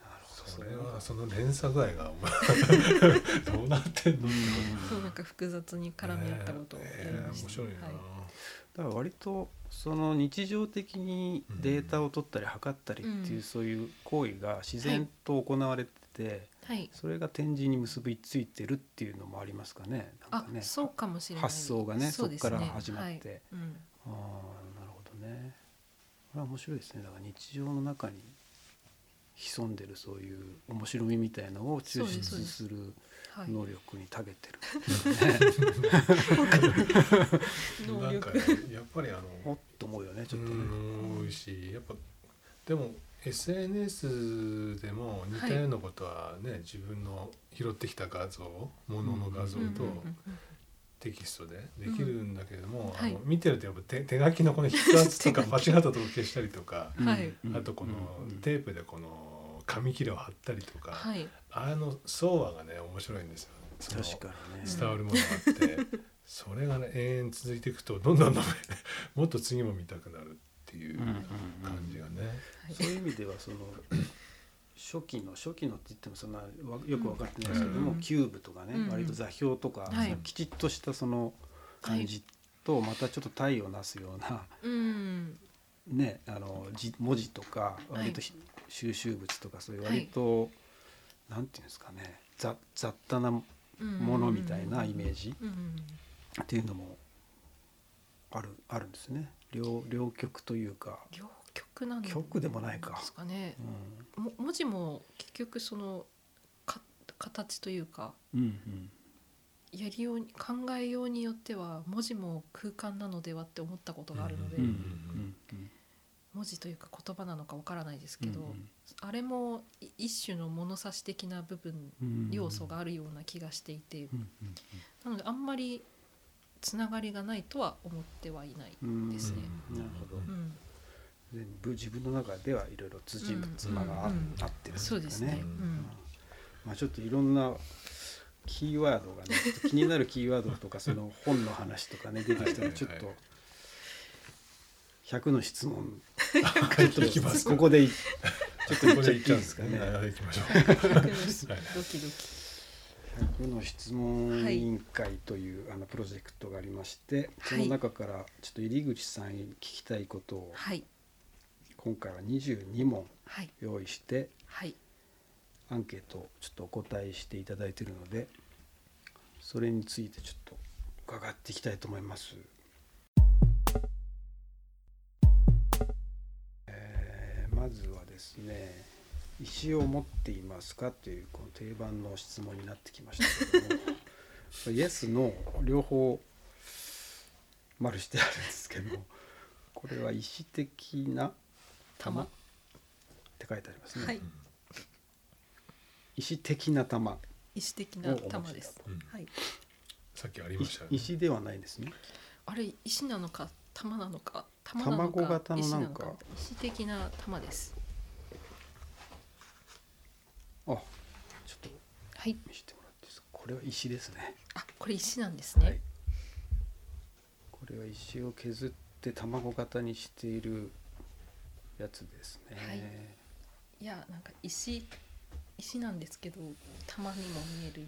Speaker 1: なるほど。
Speaker 2: それはその連鎖具合がお前 どうなってん
Speaker 1: う
Speaker 2: の
Speaker 1: ん
Speaker 3: そうなんか複雑に絡み合ったことをやり
Speaker 2: え
Speaker 3: ま
Speaker 2: ー
Speaker 3: し
Speaker 2: 面
Speaker 3: た、
Speaker 2: 白いな、
Speaker 3: はい、
Speaker 1: だから割とその日常的にデータを取ったり測ったりっていううんそういう行為が自然と行われてて
Speaker 3: はい
Speaker 1: それが展示に結びついてるっていうのもありますかねなん
Speaker 3: あ
Speaker 1: かね
Speaker 3: そうかもしれない
Speaker 1: 発想がねそうこ
Speaker 3: です
Speaker 1: から始まっ
Speaker 3: はい
Speaker 1: て、
Speaker 3: うん、
Speaker 1: ああなるほどねこれは面白いですねだから日常の中に潜んでるそういう面白みみたいのを抽
Speaker 3: そう
Speaker 1: 出
Speaker 3: ですそうです
Speaker 1: する
Speaker 3: はい
Speaker 1: 能力に長けてる、
Speaker 3: 能
Speaker 2: なんか
Speaker 3: 力
Speaker 2: やっぱりあの
Speaker 1: おっと思うよねち
Speaker 2: ち
Speaker 1: ょ
Speaker 2: ょ
Speaker 1: っ
Speaker 2: っ
Speaker 1: と
Speaker 2: と
Speaker 1: ね。
Speaker 2: 多いしやっぱでも SNS でも似たようなことはね、自分の拾ってきた画像ものの画像
Speaker 3: うんうん
Speaker 2: と
Speaker 3: うん
Speaker 2: テキストでできるんだけれども、
Speaker 3: うんはい
Speaker 2: あの見てるとやっぱ手手書きのこの筆圧 とか間違ったとこ消したりとか、
Speaker 3: うんはい
Speaker 1: うん
Speaker 2: あとこの
Speaker 1: うん
Speaker 2: テープでこの紙切れを貼ったりとか、
Speaker 3: はい
Speaker 2: あの相和がね面白いんですよね。その
Speaker 1: 確かにね
Speaker 3: うん
Speaker 2: 伝わるものがあって、 それがね永遠続いていくとどんどんどんどん もっと次も見たくなるってい
Speaker 1: う
Speaker 2: う
Speaker 1: んうんうん
Speaker 2: 感じがね、
Speaker 1: そういう意味ではその初期の初期のって言ってもそんなわよく分かってないですけども、
Speaker 3: うん
Speaker 1: キューブとかね、
Speaker 3: うん
Speaker 1: 割と座標とか、
Speaker 3: はい
Speaker 1: そのきちっとしたその感じとまたちょっと体をなすような、
Speaker 3: うん
Speaker 1: ね、あのじ文字とか
Speaker 3: はい
Speaker 1: 割とひ、収集物とかそういう
Speaker 3: はい
Speaker 1: 割と、なんていうんですかねざ雑多なも
Speaker 3: うん
Speaker 1: のみたいなイメージ
Speaker 3: うんうん
Speaker 1: っていうのもあるあるんですね両両極というか、
Speaker 3: 両極なん
Speaker 1: 極でもないか
Speaker 3: ですかね
Speaker 1: うん
Speaker 3: も文字も結局そのか形というか
Speaker 1: うんうん、
Speaker 3: やりように考えようによっては文字も空間なのではって思ったことがあるので、
Speaker 1: うんうんうん
Speaker 3: 文字というか言葉なのかわからないですけど、
Speaker 1: うんうん
Speaker 3: あれもい一種の物差し的な部分要素があるような気がしていて、
Speaker 1: うんうん
Speaker 3: なのであんまりつながりがないとは思ってはいない。
Speaker 1: うん
Speaker 3: ですね
Speaker 1: うんなるほど
Speaker 3: う
Speaker 2: うん
Speaker 3: ん、
Speaker 1: 全部自分の中ではいろいろ辻褄があ
Speaker 3: うんうん
Speaker 1: 合ってるん
Speaker 3: そうですね。うん
Speaker 1: まあちょっといろんなキーワードがねちょっと気になるキーワードとかその本の話とかね出てきたらちょっ
Speaker 2: はい
Speaker 1: と
Speaker 2: はい
Speaker 1: 100の質問
Speaker 2: ちょっと行きます
Speaker 1: ここでいちょっと
Speaker 2: こ
Speaker 1: 言
Speaker 2: こ
Speaker 1: っちゃ
Speaker 2: で
Speaker 1: っていい
Speaker 2: 行っちゃう
Speaker 1: で
Speaker 2: んですす
Speaker 1: か
Speaker 2: か
Speaker 1: ね
Speaker 2: ねはい行きましょ
Speaker 3: 逆にドキドキ。
Speaker 1: 100の質問委員会という、あのプロジェクトがありましてその中からちょっと入口さんに聞きたいことを
Speaker 3: はい
Speaker 1: 今回は22問
Speaker 3: はい
Speaker 1: 用意して
Speaker 3: はい
Speaker 1: アンケートをちょっとお答えしていただいているのでそれについてちょっと伺っていきたいと思います。えーまずはですね「石を持っていますか?」というこの定番の質問になってきましたけどもイエスの両方丸してあるんですけどこれは「石的な
Speaker 3: 玉
Speaker 1: 玉」って書いてありますね。
Speaker 3: はい
Speaker 1: 石的な玉
Speaker 3: 石的な玉です。
Speaker 2: う、うん
Speaker 3: はい。
Speaker 2: さっきありましたよね
Speaker 1: 石ではないんですね。
Speaker 3: あれ石なのか玉なのか玉なのか
Speaker 1: 卵型のなんか
Speaker 3: 石石的な玉です。
Speaker 1: あ、
Speaker 3: はい
Speaker 1: 見せてもらっていいですかこれは石ですね
Speaker 3: あこれ石なんですね、
Speaker 1: はい、これは石を削って卵型にしているやつですね、
Speaker 3: はいいやなんか石石なんですけど玉にも見える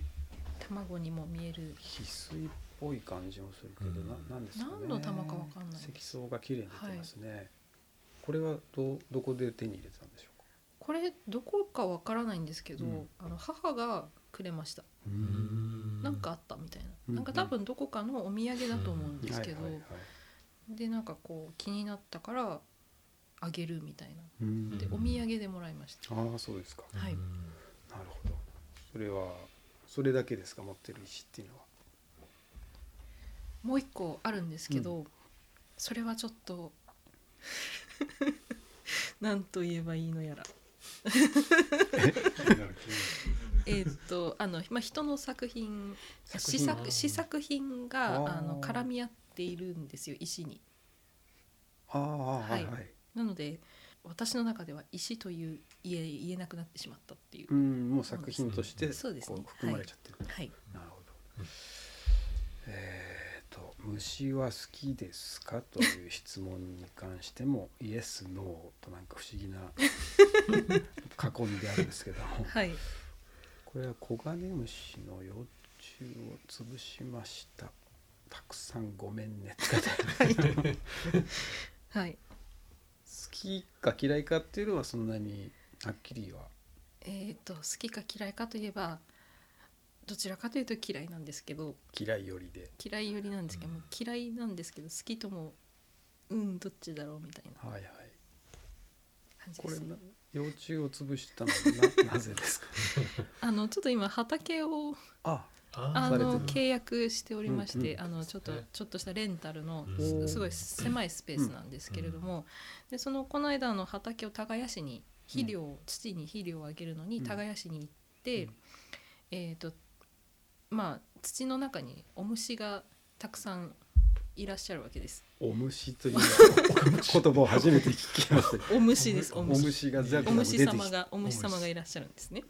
Speaker 3: 卵にも見える
Speaker 1: 翡翠っぽい感じもするけど、
Speaker 2: うん
Speaker 1: ななんですかね
Speaker 3: 何の玉かわかんない
Speaker 1: 積層が綺麗に出てますね、これはどどこで手に入れたんでしょうか
Speaker 3: これどこかわからないんですけど、
Speaker 1: うん
Speaker 3: あの母がくれました
Speaker 1: う
Speaker 2: うーん
Speaker 3: なんかあったみたいな、
Speaker 1: うん
Speaker 3: なんか多分どこかのお土産だと思うんですけど、
Speaker 1: はいはいはい
Speaker 3: でなんかこう気になったからあげるみたいな
Speaker 1: うん
Speaker 3: でお土産でもらいました、
Speaker 1: ああそうですか
Speaker 3: はい
Speaker 1: なるほどそれはそれだけですか持ってる石っていうのは
Speaker 3: もう一個あるんですけど、それはちょっと なんと言えばいい のやら
Speaker 2: 気になる気に
Speaker 3: えーっとあの、まあ、人の作品試
Speaker 1: 品
Speaker 3: 作試作品が
Speaker 1: あー
Speaker 3: あの絡み合っているんですよ石に。
Speaker 1: ああはいは、
Speaker 3: はいなので私の中では石という言え言えなくなってしまったっていう
Speaker 1: う、んもう作品として
Speaker 3: そうですね
Speaker 1: こう含まれちゃってる、
Speaker 3: はい
Speaker 1: なるほど。えっ、と虫は好きですかという質問に関してもイエスノーとなんか不思議な囲みであるんですけ ども、
Speaker 3: はい
Speaker 1: これはコガネムシの幼虫を潰しました。たくさんごめんねって書いてある
Speaker 3: はい
Speaker 1: 好きか嫌いかっていうのはそんなにはっきりは。
Speaker 3: えーっと好きか嫌いかといえばどちらかというと嫌いなんですけど
Speaker 1: 嫌いよりで。
Speaker 3: 嫌いよりなんですけど、もう嫌いなんですけど好きともうんどっちだろうみたいな
Speaker 1: はいはい。
Speaker 3: 感じ
Speaker 1: こ
Speaker 3: で
Speaker 1: れ
Speaker 3: すね
Speaker 1: な幼虫を潰したの はななぜですか。
Speaker 3: あのちょっと今畑を
Speaker 1: あ、
Speaker 3: あ
Speaker 2: あ
Speaker 1: されてる
Speaker 3: の契約しておりまして、
Speaker 1: うん
Speaker 3: あのちょっと
Speaker 2: ね
Speaker 3: ちょっとしたレンタルの
Speaker 2: うん
Speaker 3: すごい狭いスペースなんですけれども、でそのこの間の畑を耕しに肥料、土に肥料をあげるの
Speaker 1: う
Speaker 3: に
Speaker 1: ん
Speaker 3: 耕しに行って、
Speaker 1: うん
Speaker 3: えっ、とまあ土の中にお虫がたくさんいらっしゃるわけです。
Speaker 1: お虫という言葉を初めて聞きました。
Speaker 3: お虫です。お
Speaker 1: お
Speaker 3: 虫。
Speaker 1: 虫がザクザ
Speaker 3: お
Speaker 1: ク出てき
Speaker 3: 虫
Speaker 1: て、
Speaker 3: 様がお虫
Speaker 2: お
Speaker 3: 様
Speaker 2: 虫
Speaker 3: がいらっしゃるんですね。
Speaker 1: はい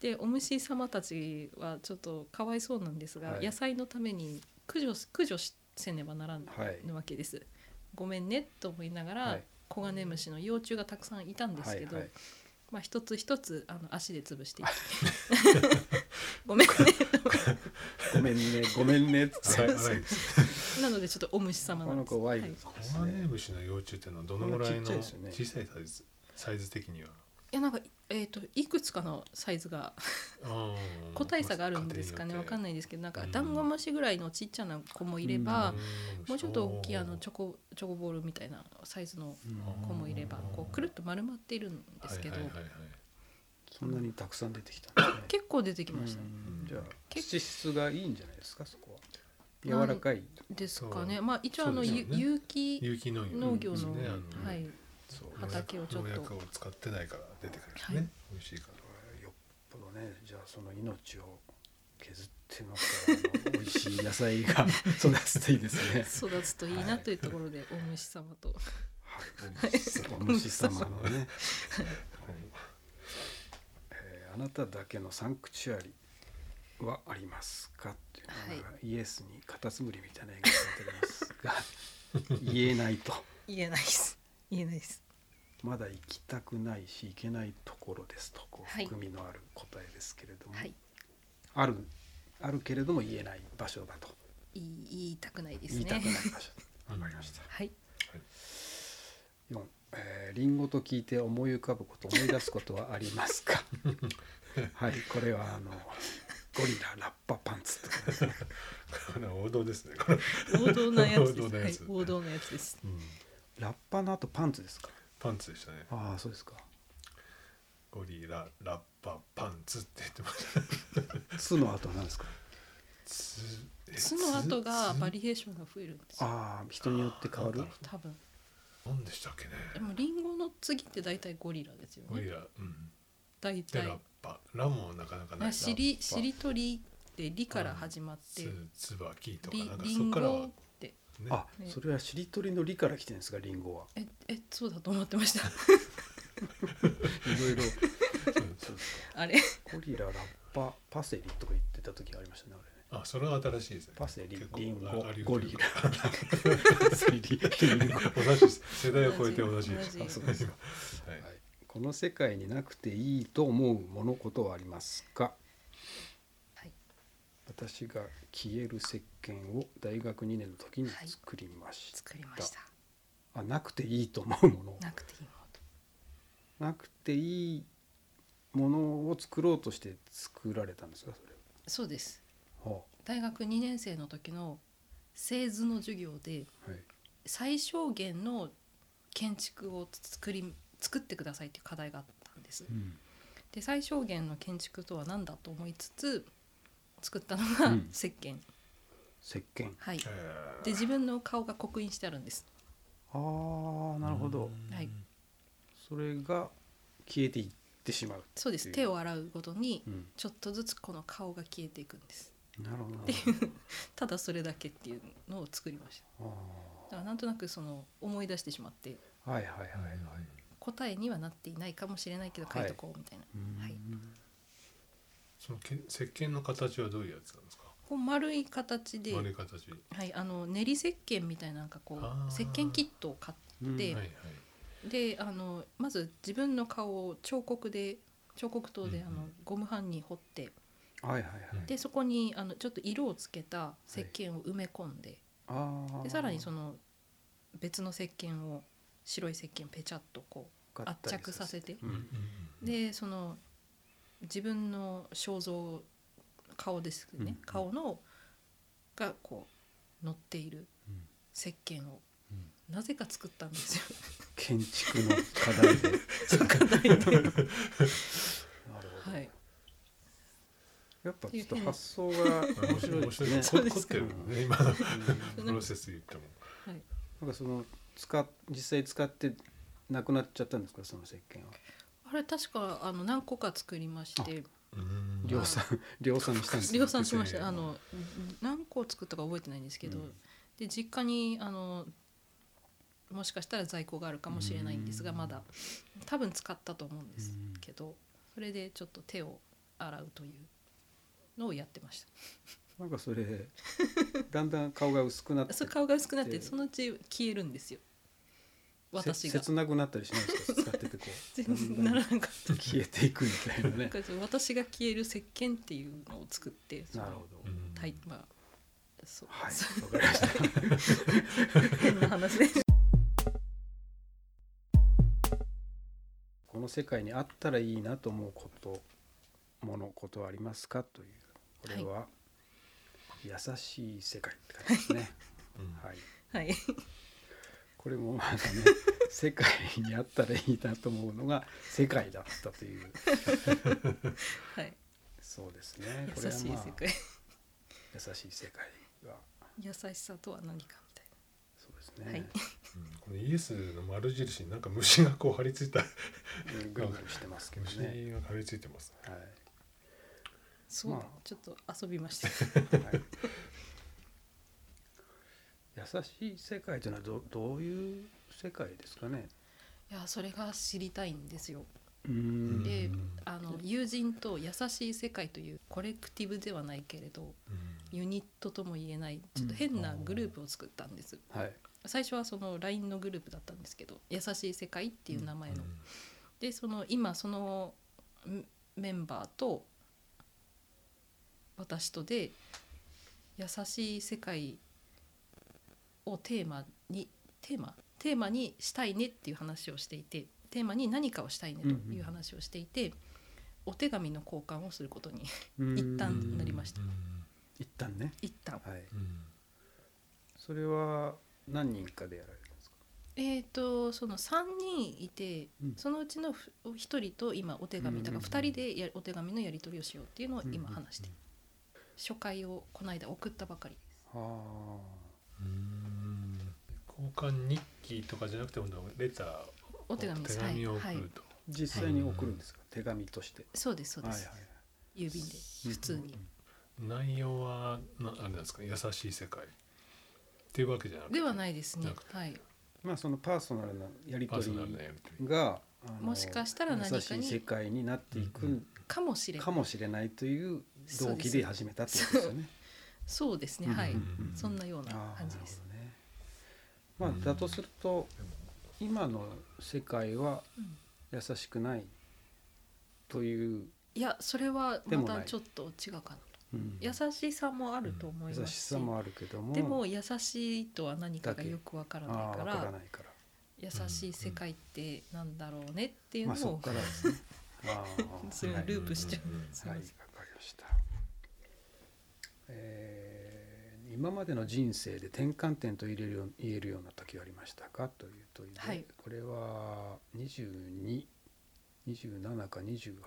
Speaker 3: でお虫様たちはちょっとかわいそうなんですが、
Speaker 1: はい
Speaker 3: 野菜のために駆除し駆除しせねばならん
Speaker 1: はい
Speaker 3: のわけです。ごめんねと思いながら、
Speaker 1: はい
Speaker 3: コガネムシの幼虫がたくさんいたんですけど、
Speaker 1: はいはい
Speaker 3: まあ一つ一つあの足で潰して いってごめんね
Speaker 1: ごめんねごめんねっつっ
Speaker 2: そ
Speaker 1: て
Speaker 2: う
Speaker 3: う
Speaker 2: そ
Speaker 3: そううなのでちょっとお虫様
Speaker 1: な
Speaker 3: な
Speaker 1: か
Speaker 3: ん
Speaker 1: な
Speaker 3: です。
Speaker 1: かワイルドです
Speaker 2: コガ
Speaker 3: はいい
Speaker 2: ネ
Speaker 1: ね。
Speaker 2: ムシの幼虫ってのはどのぐらいの
Speaker 1: こん
Speaker 2: 小
Speaker 1: なちっちゃいですよ
Speaker 2: さ
Speaker 1: ね
Speaker 2: いサイズサイズ的には
Speaker 3: やなんかえっ、といくつかのサイズが個体差があるんですかねわかん
Speaker 2: ない
Speaker 3: ないですけどなんか
Speaker 2: うん
Speaker 3: ダンゴムシぐらいのちっちゃな子もいれ
Speaker 1: う
Speaker 3: ば、もうちょっと大きいあのチョコチョコボールみたいなサイズの
Speaker 1: うん
Speaker 3: 子もいればこうくるっと丸まっているんですけど、
Speaker 1: そんなにたくさん出てきたんですね。
Speaker 3: 結構出てきましたね。
Speaker 1: うんじゃあ
Speaker 3: 結
Speaker 1: 土質がいいんじゃないですかそこは。
Speaker 3: なん
Speaker 1: 柔らかい。
Speaker 3: ですかね。まあ一応あの、
Speaker 2: そうです
Speaker 3: ゆ
Speaker 2: よね
Speaker 3: 有機
Speaker 2: 有機農業
Speaker 3: 農業
Speaker 2: です
Speaker 3: の、
Speaker 2: ねあの
Speaker 3: はい
Speaker 1: そう。
Speaker 3: 畑をちょっと
Speaker 2: 農薬を使ってないから出てくるんです
Speaker 3: は
Speaker 2: ね
Speaker 3: い
Speaker 2: 美味しいか
Speaker 1: よっぽどねじゃあその命を削ってますからあの美味しい野菜が 育つといいですね。
Speaker 3: 育つといいなというところで、お虫様と
Speaker 1: はい、お虫様のね、えーあなただけのサンクチュアリはありますかっていうのが、イエスにカタツムリみたいな絵が描い てありますが言えないと
Speaker 3: 言えないです。言えないです。
Speaker 1: まだ行きたくないし行けないところですとこう
Speaker 3: はい
Speaker 1: 含みのある答えですけれども、
Speaker 3: はい。
Speaker 1: あるあるけれども言えない場所だと、
Speaker 3: 言い言いたくないです
Speaker 1: 言い
Speaker 3: ね。
Speaker 1: たくない場所
Speaker 2: ら
Speaker 1: わかりました
Speaker 3: はい。
Speaker 1: 4、えーリンゴと聞いて思い浮かぶこと思い出すことはあります かはいこれはあのゴリララッパパンツってことですね
Speaker 2: これは王道です ねこれ
Speaker 3: 王道なやつで
Speaker 2: 王道な
Speaker 3: す。は
Speaker 2: や
Speaker 3: い
Speaker 2: つ。
Speaker 3: 王道なやつです。
Speaker 2: うん
Speaker 1: ラッパの後パンツですか
Speaker 2: パンツでしたね
Speaker 1: ああそうですか
Speaker 2: ゴリララッパパンツって言ってました
Speaker 1: ツの後は何ですか
Speaker 2: つえ
Speaker 3: 巣の後が
Speaker 2: つ
Speaker 3: バリエーションが増えるんですよ。
Speaker 1: ああ人によって変わる
Speaker 3: 多分。
Speaker 2: 何でしたっけね
Speaker 3: でもリンゴの次って大体ゴリラですよ
Speaker 2: ゴリ
Speaker 3: ね。
Speaker 2: ラうん
Speaker 3: 大
Speaker 2: でラッ
Speaker 3: 体。
Speaker 2: パラもなかなかな
Speaker 3: あ
Speaker 2: い
Speaker 3: しりしりとりって「り」から始まって
Speaker 2: つつばきと
Speaker 3: 「
Speaker 2: か
Speaker 3: り
Speaker 2: なん」か
Speaker 3: り
Speaker 2: そ
Speaker 3: ん
Speaker 2: こから
Speaker 3: ご
Speaker 2: は
Speaker 3: って
Speaker 2: ね
Speaker 1: あそれはしりとりの「り」から来てるんですかリンゴは
Speaker 3: ええそうだと思ってました
Speaker 1: いろいろ
Speaker 2: そうそう
Speaker 3: あれ
Speaker 1: ゴリララッパパセリとか言ってた時がありましたねあれね
Speaker 2: あそれは新しいですね
Speaker 1: パセリ
Speaker 2: 結構
Speaker 1: リンゴ
Speaker 2: ああり
Speaker 1: ゴ
Speaker 2: 得
Speaker 1: リ
Speaker 2: る
Speaker 1: ラパセリリンゴ は
Speaker 2: 同じです世代を超えて同じです
Speaker 3: 同
Speaker 1: あ
Speaker 3: じ
Speaker 1: そうです
Speaker 2: 今はい
Speaker 1: いこの世界になくていいと思うものことはありますか
Speaker 3: はい
Speaker 1: 私が消える石鹸を大学2年の時に作りました、
Speaker 3: 作りました
Speaker 1: あなくていいと思うもの
Speaker 3: なくていいものと
Speaker 1: なくていいものを作ろうとして作られたんですかそれ
Speaker 3: そうです
Speaker 1: は、は
Speaker 3: 大学2年生の時の製図の授業で
Speaker 1: あはい
Speaker 3: 最小限の建築を作り作ってくださいっていう課題があったんです
Speaker 1: うん
Speaker 3: で最小限の建築とは何だと思いつつ作ったのが
Speaker 1: うん
Speaker 3: 石鹸、
Speaker 1: 石鹸
Speaker 3: はい
Speaker 2: えー
Speaker 3: で自分の顔が刻印してあるんです
Speaker 1: ああなるほど、
Speaker 2: うん
Speaker 3: はい
Speaker 1: それが消えていってしまう、
Speaker 3: そうです
Speaker 1: うん
Speaker 3: 手を洗うごとに
Speaker 1: うん、
Speaker 3: ちょっとずつこの顔が消えていくんです
Speaker 1: なるほどな
Speaker 3: ただそれだけっていうのを作りましただからなんとなくその思い出してしまって
Speaker 1: あーはいはいはい
Speaker 2: はいはい
Speaker 3: 答えにはなっていないかもしれないけど書いとこうみたいな、
Speaker 1: うん
Speaker 3: はい
Speaker 2: そのけ石鹸の形はどういうやつなんですか
Speaker 3: こう丸い形で、
Speaker 2: 丸い形
Speaker 3: はい、あの練り石鹸みたいななんかこ
Speaker 2: あー
Speaker 3: う石鹸キットを買って、
Speaker 1: うん
Speaker 2: はいはい
Speaker 3: であのまず自分の顔を彫刻で彫刻刀で
Speaker 2: うん
Speaker 3: あ
Speaker 2: うん
Speaker 3: のゴム版に彫って
Speaker 1: はいはいはい、
Speaker 2: うん
Speaker 3: でそこにあのちょっと色をつけた石鹸を埋め込んで
Speaker 1: ああ
Speaker 3: でさらにそ
Speaker 1: の
Speaker 3: の別の石鹸を白い石鹸ペチャッとこう圧着させて
Speaker 1: うん
Speaker 2: うんうん
Speaker 3: でその自分の肖像顔です
Speaker 1: う
Speaker 3: ね、
Speaker 1: ん
Speaker 3: 顔のがこう乗っている
Speaker 1: うん
Speaker 3: 石鹸を
Speaker 1: うん
Speaker 3: なぜか作ったんですよ
Speaker 1: 建築の課題で
Speaker 3: その課題で、
Speaker 1: なるほど、
Speaker 3: はい、
Speaker 1: やっぱちょっと発想が面白いですね
Speaker 2: 面
Speaker 3: そ
Speaker 2: 白
Speaker 3: う
Speaker 2: い
Speaker 3: で
Speaker 2: ね凝
Speaker 3: すか
Speaker 2: ってるもんね今 の
Speaker 1: う
Speaker 2: プロセス言っても
Speaker 3: はい、
Speaker 1: んなんかその使っ実際使ってなくなっちゃったんですかその石鹸は
Speaker 3: あれ確かあの何個か作りまして
Speaker 2: うん
Speaker 1: 量産量産したんですね
Speaker 3: 量産しまし
Speaker 2: です
Speaker 3: た
Speaker 2: ね
Speaker 3: あの何個作ったか覚えてないんですけど、
Speaker 1: うん
Speaker 3: で実家にあのもしかしたら在庫があるかもしれないんですが
Speaker 1: うん
Speaker 3: まだ多分使ったと思うんです
Speaker 1: うん
Speaker 3: けどそれでちょっと手を洗うというのをやってまし
Speaker 1: なんかそれだんだん顔が薄くなったて
Speaker 3: それ顔が薄くなって
Speaker 1: で
Speaker 3: そのうち消えるんですよ私
Speaker 1: せ
Speaker 3: が
Speaker 1: 切なくなったりしないですか使っててこう
Speaker 3: 全然 ならなかった
Speaker 1: 消えていくみたいな
Speaker 3: なん
Speaker 1: ね
Speaker 3: か そう私が消える石鹸っていうのを作ってそ
Speaker 1: な
Speaker 3: の
Speaker 1: るほど、
Speaker 2: うん
Speaker 3: たいまあそう、
Speaker 1: はい
Speaker 3: そう
Speaker 1: わかりました
Speaker 3: 変な話です
Speaker 1: この世界にあったらいいなと思うことものことはありますかというこれは、優しい世界って感じです ね、
Speaker 2: うん
Speaker 1: はい、
Speaker 3: はい
Speaker 1: これもまあ ね世界にあったらいいなと思うのが世界だったという
Speaker 3: はい
Speaker 1: そうです ねこれ
Speaker 3: 優
Speaker 1: は
Speaker 3: しい世
Speaker 1: まあ
Speaker 3: 界
Speaker 1: 優しい世界が
Speaker 3: 優しさとは何かみたい
Speaker 1: そうですね、
Speaker 3: はい
Speaker 2: うんこのイエスの丸印になんか虫がこう張り付いた
Speaker 1: うんぐるぐるしてますけど
Speaker 2: 虫が
Speaker 1: ね、
Speaker 2: 張り付いてます
Speaker 1: はい
Speaker 3: なそうだ、
Speaker 1: まあ
Speaker 3: ちょっと遊びました
Speaker 1: はい、優しい世界というのはどどういう世界ですかね
Speaker 3: いやそれが知りたいんですよ
Speaker 1: うーん
Speaker 3: で、
Speaker 2: うん
Speaker 3: あの友人と「優しい世界」というコレクティブではないけれどユニットとも言えないちょっと変なグループを作ったんです、
Speaker 1: はい
Speaker 3: 最初はその LINE のグループだったんですけど「優しい世界」っていう名前の、でその今そのんメンバーと私とで「優しい世界」をテーマにテーマテーマにしたいねっていう話をしていてテーマに何かをしたいねという話をしていて、お手紙の交換をすることに一
Speaker 1: う
Speaker 3: 旦
Speaker 1: ん
Speaker 3: なりました
Speaker 2: うん
Speaker 1: 一旦ね
Speaker 3: 一旦
Speaker 1: はい
Speaker 2: うん
Speaker 1: それは何人かでやられるんですか
Speaker 3: えー、とその3人いて、
Speaker 1: うん
Speaker 3: そのうちのふ1人と今お手紙だか
Speaker 1: うんう
Speaker 3: ら
Speaker 1: んうん
Speaker 3: 2人でやお手紙のやり取りをしようっていうのを今
Speaker 1: うんうんうん
Speaker 3: 話して、初回をこの間送ったばかりです
Speaker 1: は
Speaker 2: うん交換日記とかじゃなくて今度はレター
Speaker 3: お手紙です
Speaker 2: 手紙を送
Speaker 3: はいはい
Speaker 2: る、と、
Speaker 1: あ実際に送るんですか、手紙として
Speaker 3: そうですそうです、郵便で普通に、
Speaker 2: 内容はなあれなんですか優しい世界っていうわけじゃなくて
Speaker 3: ではないですね
Speaker 2: なんか
Speaker 3: はい
Speaker 1: まあそのパーソナルなやり
Speaker 2: パー
Speaker 1: 取
Speaker 2: ソ
Speaker 1: り
Speaker 2: ナルなやり取り
Speaker 1: があの
Speaker 3: もしかしたら何かに
Speaker 1: 優しい世界になっていくん
Speaker 3: かもしれな
Speaker 1: か
Speaker 3: い
Speaker 1: もしれないという動機で始めたってことですよね。
Speaker 3: そうですねはい、
Speaker 1: うん
Speaker 2: うん
Speaker 3: そんなような
Speaker 1: ああ
Speaker 3: 感
Speaker 1: な
Speaker 3: じ
Speaker 1: る
Speaker 3: です、
Speaker 1: ほどね。ま
Speaker 2: うん
Speaker 1: あだとすると
Speaker 2: でも
Speaker 1: 今の世界は
Speaker 3: うん
Speaker 1: 優しくないという、
Speaker 3: いやそれは
Speaker 1: で
Speaker 3: ま
Speaker 1: も
Speaker 3: た
Speaker 1: ない
Speaker 3: ちょっと違うかな
Speaker 1: うん
Speaker 3: 優しさもあると思います
Speaker 1: 優しさもあるけども
Speaker 3: でも優しいとは何かがよくわから
Speaker 1: ああ
Speaker 3: ない
Speaker 1: わか
Speaker 3: か
Speaker 1: ららないか
Speaker 3: 優しい世界ってなんだろうねってい
Speaker 1: ら。ま
Speaker 3: う
Speaker 1: あ
Speaker 3: の
Speaker 1: そ
Speaker 3: を
Speaker 1: こ からですね。ああ
Speaker 3: それをループしちゃう
Speaker 2: うんうんうん
Speaker 3: すい
Speaker 1: は
Speaker 3: ま
Speaker 1: い、
Speaker 3: せ
Speaker 1: わ
Speaker 3: ん
Speaker 1: かりました。えー今までの人生で転換点と言えるよう言えるような時はありましたかという問いで、
Speaker 3: はい
Speaker 1: これは22。27か2833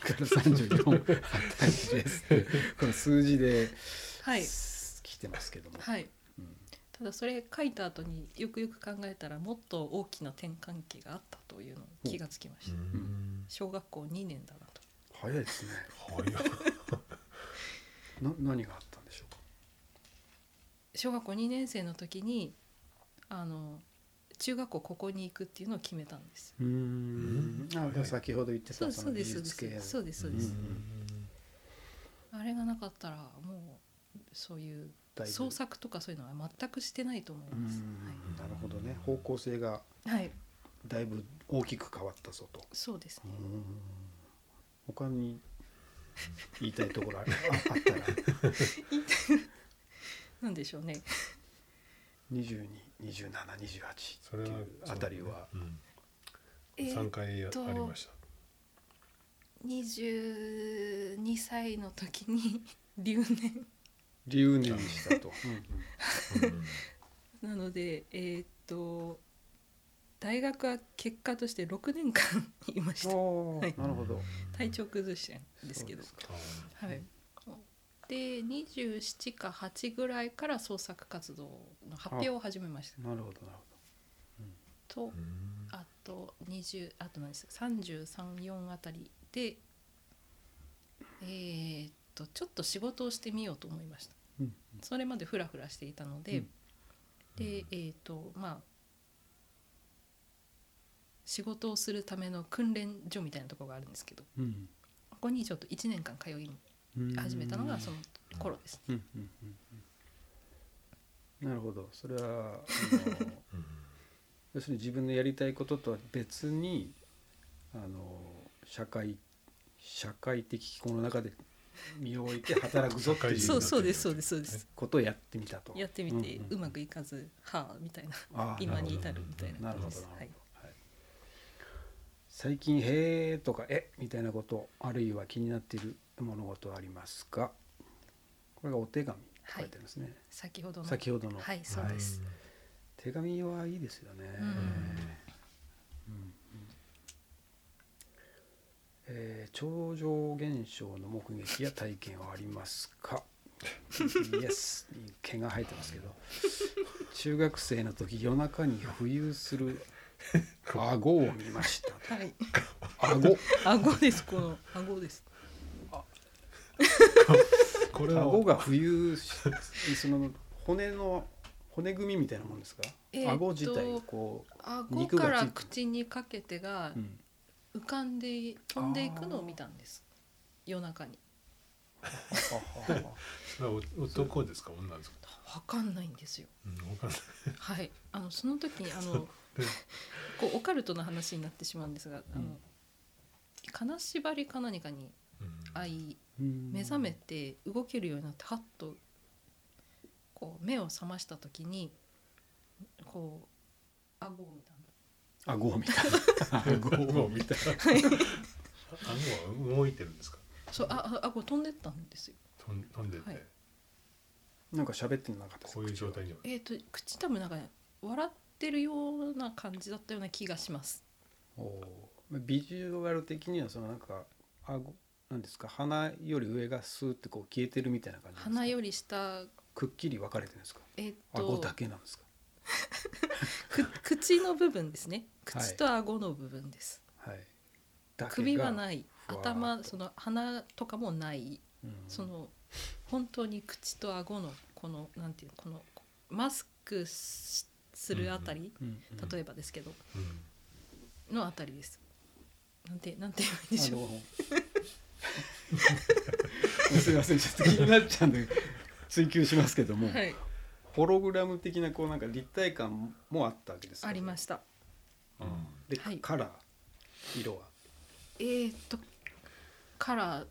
Speaker 1: から34あたりですってこの数字で
Speaker 3: はい
Speaker 1: 来てますけども、
Speaker 3: はい
Speaker 1: うん
Speaker 3: ただそれ書いた後によくよく考えたらもっと大きな転換期があったというのを気がつきました、
Speaker 2: うん
Speaker 3: 小学校2年だなと
Speaker 1: 早いですね
Speaker 2: 早い
Speaker 1: な何があったんでしょうか
Speaker 3: 小学校2年生の時にあの中学校ここに行くっていうのを決めたんです
Speaker 1: うーんあ
Speaker 2: はい
Speaker 1: 先ほど言って
Speaker 3: そう
Speaker 1: た
Speaker 3: そ
Speaker 1: の
Speaker 3: うで
Speaker 1: 技
Speaker 3: すそう
Speaker 1: 術系
Speaker 3: ですそうですそうです、
Speaker 2: うん
Speaker 3: あれがなかったらもうそういう
Speaker 1: だいぶ
Speaker 3: 創作とかそういうのは全くしてないと思いうます
Speaker 1: んなるほどね方向性が
Speaker 3: はい、はい、
Speaker 1: だいぶ大きく変わったぞと
Speaker 3: そうですね
Speaker 1: 他に言いたいところああ あったら
Speaker 3: なんでしょうね
Speaker 1: 222728
Speaker 2: それ
Speaker 1: っ
Speaker 2: は
Speaker 1: ていうあたりは
Speaker 2: うん
Speaker 3: えー
Speaker 2: 三回やありました
Speaker 3: 22歳の時に 留年
Speaker 1: 留年したと、
Speaker 2: うん
Speaker 3: なのでえーっと大学は結果として6年間いました
Speaker 1: お
Speaker 3: はい
Speaker 1: ーなるほど
Speaker 3: 体調崩してんですけど
Speaker 1: そう
Speaker 3: はいで27か8ぐらいから創作活動の発表を始めました
Speaker 1: なるほどなるほ
Speaker 3: と
Speaker 2: うん
Speaker 3: あと20あと何ですか334あたりでえーっとちょっと仕事をしてみようと思いました
Speaker 1: ど、うん
Speaker 3: それまでフラフラしていたので、
Speaker 1: うん
Speaker 3: でえーっとまあ仕事をするための訓練所みたいなところがあるんですけど
Speaker 1: うん
Speaker 3: ここにちょっと1年間通い
Speaker 1: うん
Speaker 3: 始めたのがその頃です、
Speaker 1: うんうんうんうんなるほどそれはあ の
Speaker 2: うん
Speaker 1: 要するに自分のやりたいこととは別にあの社会社会的機構の中で身を置いて働くぞって
Speaker 2: 社会
Speaker 1: い
Speaker 2: 人
Speaker 3: そううそうですそうですそうで
Speaker 2: は
Speaker 3: す、
Speaker 1: ことをやってみたと。
Speaker 3: やってみて
Speaker 1: んん
Speaker 3: うまくいかずはあみたいな
Speaker 1: あー
Speaker 3: 今
Speaker 1: なるほ
Speaker 3: に
Speaker 1: ど
Speaker 3: 至るみたいな
Speaker 1: なるほ
Speaker 3: 感じ
Speaker 1: ど
Speaker 3: です
Speaker 1: なるほど
Speaker 3: はい
Speaker 1: はい最近「へえ」とか「え」みたいなことあるいは気になっている物事はありますかこれがお手紙って書いてあるんですね、
Speaker 3: 先ほどの
Speaker 1: 先ほどの、
Speaker 3: はいそうです
Speaker 1: 手紙はいいですよね。う
Speaker 3: うん
Speaker 1: んうんえー超常現象の目撃や体験はあります かイエス毛が生えてますけど中学生の時夜中に浮遊す る顎を見ました
Speaker 3: はい
Speaker 1: 顎
Speaker 3: 顎ですこの顎です
Speaker 2: これは
Speaker 1: 顎が浮遊しその骨の骨組みみたいなもんですか、
Speaker 3: えーっと
Speaker 1: 顎自体こ
Speaker 3: 顎
Speaker 1: 肉がつい
Speaker 3: から
Speaker 1: てる
Speaker 3: 口にかけてが
Speaker 1: う、 うん
Speaker 3: 浮かんで飛んでいくのを見たんです夜中に
Speaker 2: それはお男ですか女ですか
Speaker 3: わかんないんですよ
Speaker 2: うんわかんない
Speaker 3: はいあのその時にあの
Speaker 2: で
Speaker 3: こうオカルトの話になってしまうんですがあの、
Speaker 1: うん
Speaker 3: 金縛りか何かに
Speaker 2: うん
Speaker 3: 遭い
Speaker 1: 目
Speaker 3: 目覚めて動けるようになってハッとこう目を覚ました時にこう顎を見たんです
Speaker 1: 顎を見た
Speaker 2: 顎を見た
Speaker 3: い
Speaker 2: 顎は動いてるんですか
Speaker 3: そうああ顎飛んでったんですよ
Speaker 2: 飛ん飛んでて、
Speaker 3: はい
Speaker 1: なんか喋ってなかったです
Speaker 2: こういう状態には
Speaker 3: えっ、と口多分なんかね笑ってるような感じだったような気がします
Speaker 1: おーまあビジュアル的にはそのなんか顎なんですか鼻より上がスーってこう消えてるみたいな感じなんですか
Speaker 3: 鼻より下
Speaker 1: くっきり分かれてるんですか
Speaker 3: えっ、
Speaker 1: 顎
Speaker 3: と
Speaker 1: だけなんですか
Speaker 3: く口の部分ですね
Speaker 1: はい
Speaker 3: 口と顎の部分です、
Speaker 1: はいだけが
Speaker 3: 首はない
Speaker 1: ふわーっと
Speaker 3: 頭その鼻とかもない
Speaker 1: うん
Speaker 3: その本当に口と顎のこのなんていうのこのマスクしするあたり、
Speaker 1: うんうん
Speaker 3: 例えばですけど
Speaker 2: うん
Speaker 3: のあたりです。なんてなんて言えばいいんでしょう
Speaker 1: あの すいませんちょっと気になっちゃうんで追求しますけども、
Speaker 3: はい、
Speaker 1: ホログラム的なこうなんか立体感もあったわけです
Speaker 3: ありま
Speaker 1: し
Speaker 3: した。
Speaker 2: うん
Speaker 1: で、
Speaker 3: はい
Speaker 1: カラー色は
Speaker 3: えー、っとカラー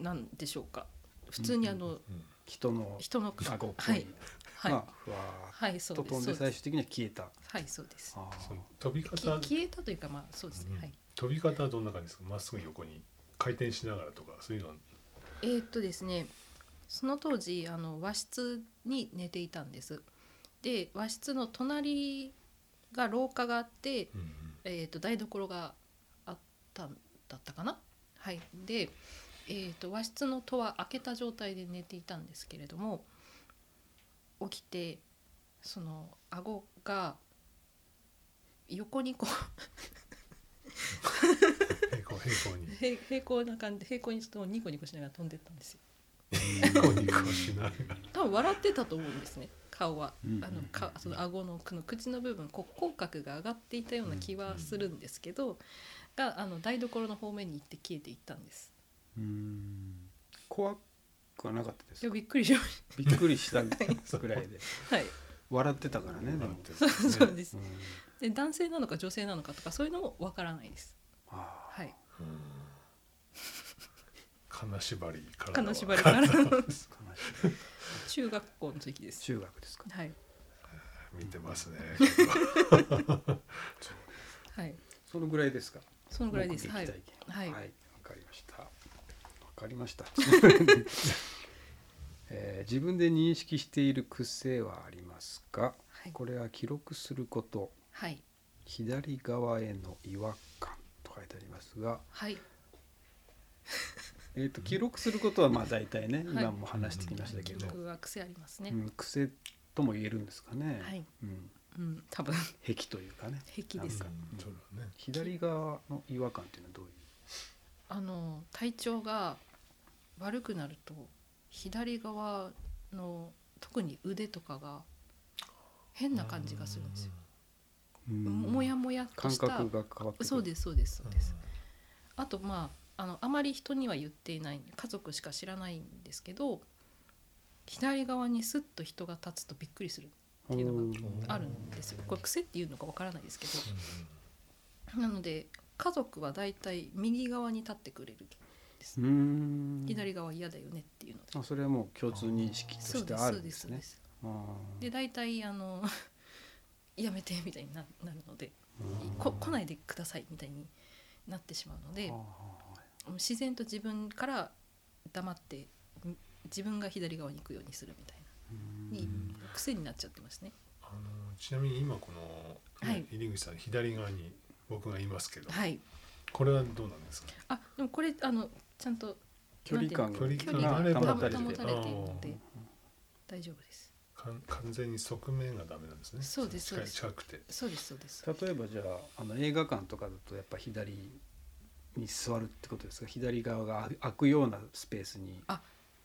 Speaker 3: なんでしょうか。普通にあの、
Speaker 2: うん
Speaker 1: 人の
Speaker 3: 人の
Speaker 1: 顎っぽ
Speaker 3: はいいはい、
Speaker 1: がふわーっ
Speaker 3: はいそ
Speaker 1: と
Speaker 3: うで
Speaker 1: 飛
Speaker 3: す
Speaker 1: ん
Speaker 3: そう
Speaker 1: で最
Speaker 3: です
Speaker 1: 終的には消えた
Speaker 3: はいそうです。
Speaker 1: あー
Speaker 2: その飛び
Speaker 3: き
Speaker 2: 方、うん
Speaker 3: 消えたというかまあそうですね。はい。
Speaker 2: 飛び方はどんな感じですかまっすぐ横に回転しながらとかそういうのは
Speaker 3: えー、っとですねその当時あの和室に寝ていたんですで和室の隣が廊下があって、
Speaker 2: うん
Speaker 3: えー、と台所があったんだったかなはいで、えー、と和室の戸は開けた状態で寝ていたんですけれども起きてその顎が横にこ
Speaker 2: うん平行平行に
Speaker 3: う 平平行な感じ平行にちょっとニコニコしながら飛んでったんですよ
Speaker 2: 平行にこうしながら
Speaker 3: 多分笑ってたと思うんですね顔は
Speaker 1: うん
Speaker 3: あのかその顎のこの口の部分こう口角が上がっていたような気はするんですけどがあの台所の方面に行って消えていったんです
Speaker 1: うーん怖くはなかったで
Speaker 3: い
Speaker 1: す
Speaker 3: や
Speaker 1: か
Speaker 3: びっくりしまし
Speaker 1: びっくりしたぐらいで
Speaker 3: た はい
Speaker 1: 笑ってたからねでも、
Speaker 3: そうそうです
Speaker 1: うん
Speaker 3: で男性なのか女性なのかとかそういうのもわからないです
Speaker 1: あ
Speaker 3: はい
Speaker 2: うん金縛りから
Speaker 3: 金縛りか ら
Speaker 1: ー悲し
Speaker 3: 中学校の時で
Speaker 1: い
Speaker 3: す
Speaker 1: 中学ですか
Speaker 3: はい
Speaker 2: 見てますね
Speaker 3: はい
Speaker 1: そのぐらいですか
Speaker 3: そのぐらいですはい
Speaker 1: 目撃体験
Speaker 3: は
Speaker 1: はいい、わかりました。わかりました。 えー自分で認識している癖はありますか。
Speaker 3: はい
Speaker 1: これは記録すること、
Speaker 3: はい
Speaker 1: 左側への違和感と書いてありますが、
Speaker 3: はい
Speaker 1: えっ、と記録することはまあ大体ね、
Speaker 3: はい
Speaker 1: 今も話してきましたけ
Speaker 3: 記
Speaker 1: ど、
Speaker 3: 録は癖ありますね
Speaker 1: うん、癖とも言えるんですかね。
Speaker 3: はい
Speaker 1: うん、
Speaker 3: うん多分
Speaker 1: 癖というかね。
Speaker 3: 癖です
Speaker 1: なんか
Speaker 2: うんそうだね
Speaker 1: 左側の違和感っていうのはどういう。
Speaker 3: あの体調が悪くなると左側の特に腕とかが変な感じがするんですよ。
Speaker 1: うん
Speaker 3: もやもやっと
Speaker 1: 感
Speaker 3: した
Speaker 1: 覚が変わってくる。
Speaker 3: そうですそうですそうです。
Speaker 2: う
Speaker 3: あとまああのあまり人には言っていない家族しか知らないんですけど左側にスッと人が立つとびっくりする
Speaker 1: うん。
Speaker 3: っていうの
Speaker 2: ん
Speaker 3: あるんですよ。これ癖っていうのかわからないですけど。
Speaker 2: う
Speaker 3: なので家族はだいたい右側に立ってくれる。
Speaker 1: うーん
Speaker 3: 左側嫌だよねっていうので。
Speaker 1: あそれはもう共通認識と
Speaker 3: そ
Speaker 1: し
Speaker 3: う
Speaker 1: て
Speaker 3: です
Speaker 1: あ
Speaker 3: そ
Speaker 1: る
Speaker 3: うんで
Speaker 1: ですす
Speaker 3: そうで
Speaker 1: ね
Speaker 3: す。
Speaker 1: あー
Speaker 3: で大体あの やめてみたいにななるので
Speaker 1: うん
Speaker 3: こ来ないでくださいみたいになってしまうので
Speaker 1: あ
Speaker 3: 自然と自分から黙ってん自分が左側に行くようにするみたい
Speaker 1: ー
Speaker 3: な
Speaker 1: う
Speaker 3: に
Speaker 1: ん
Speaker 3: 癖になっちゃってますね。
Speaker 2: あのちなみに今この、ね
Speaker 3: はい
Speaker 2: 入り口さん左側に僕がいますけど、
Speaker 3: はい、
Speaker 2: これはどうなんですか
Speaker 3: あでもこれあのちゃんと
Speaker 1: 距離感
Speaker 2: 距離
Speaker 3: 距離が
Speaker 2: あれば
Speaker 3: 保
Speaker 1: 保
Speaker 3: た
Speaker 1: た
Speaker 3: れ
Speaker 1: れ
Speaker 3: て
Speaker 1: て
Speaker 3: いる
Speaker 2: る
Speaker 3: ので大丈夫です。
Speaker 2: かん完全に側面がダメなんですね
Speaker 3: そうです
Speaker 2: 近い
Speaker 3: そ
Speaker 2: 近くて
Speaker 3: そうですそうです。
Speaker 1: 例えばじゃああの映画館とかだとやっぱ左に座るってことですか左側が開くようなスペースに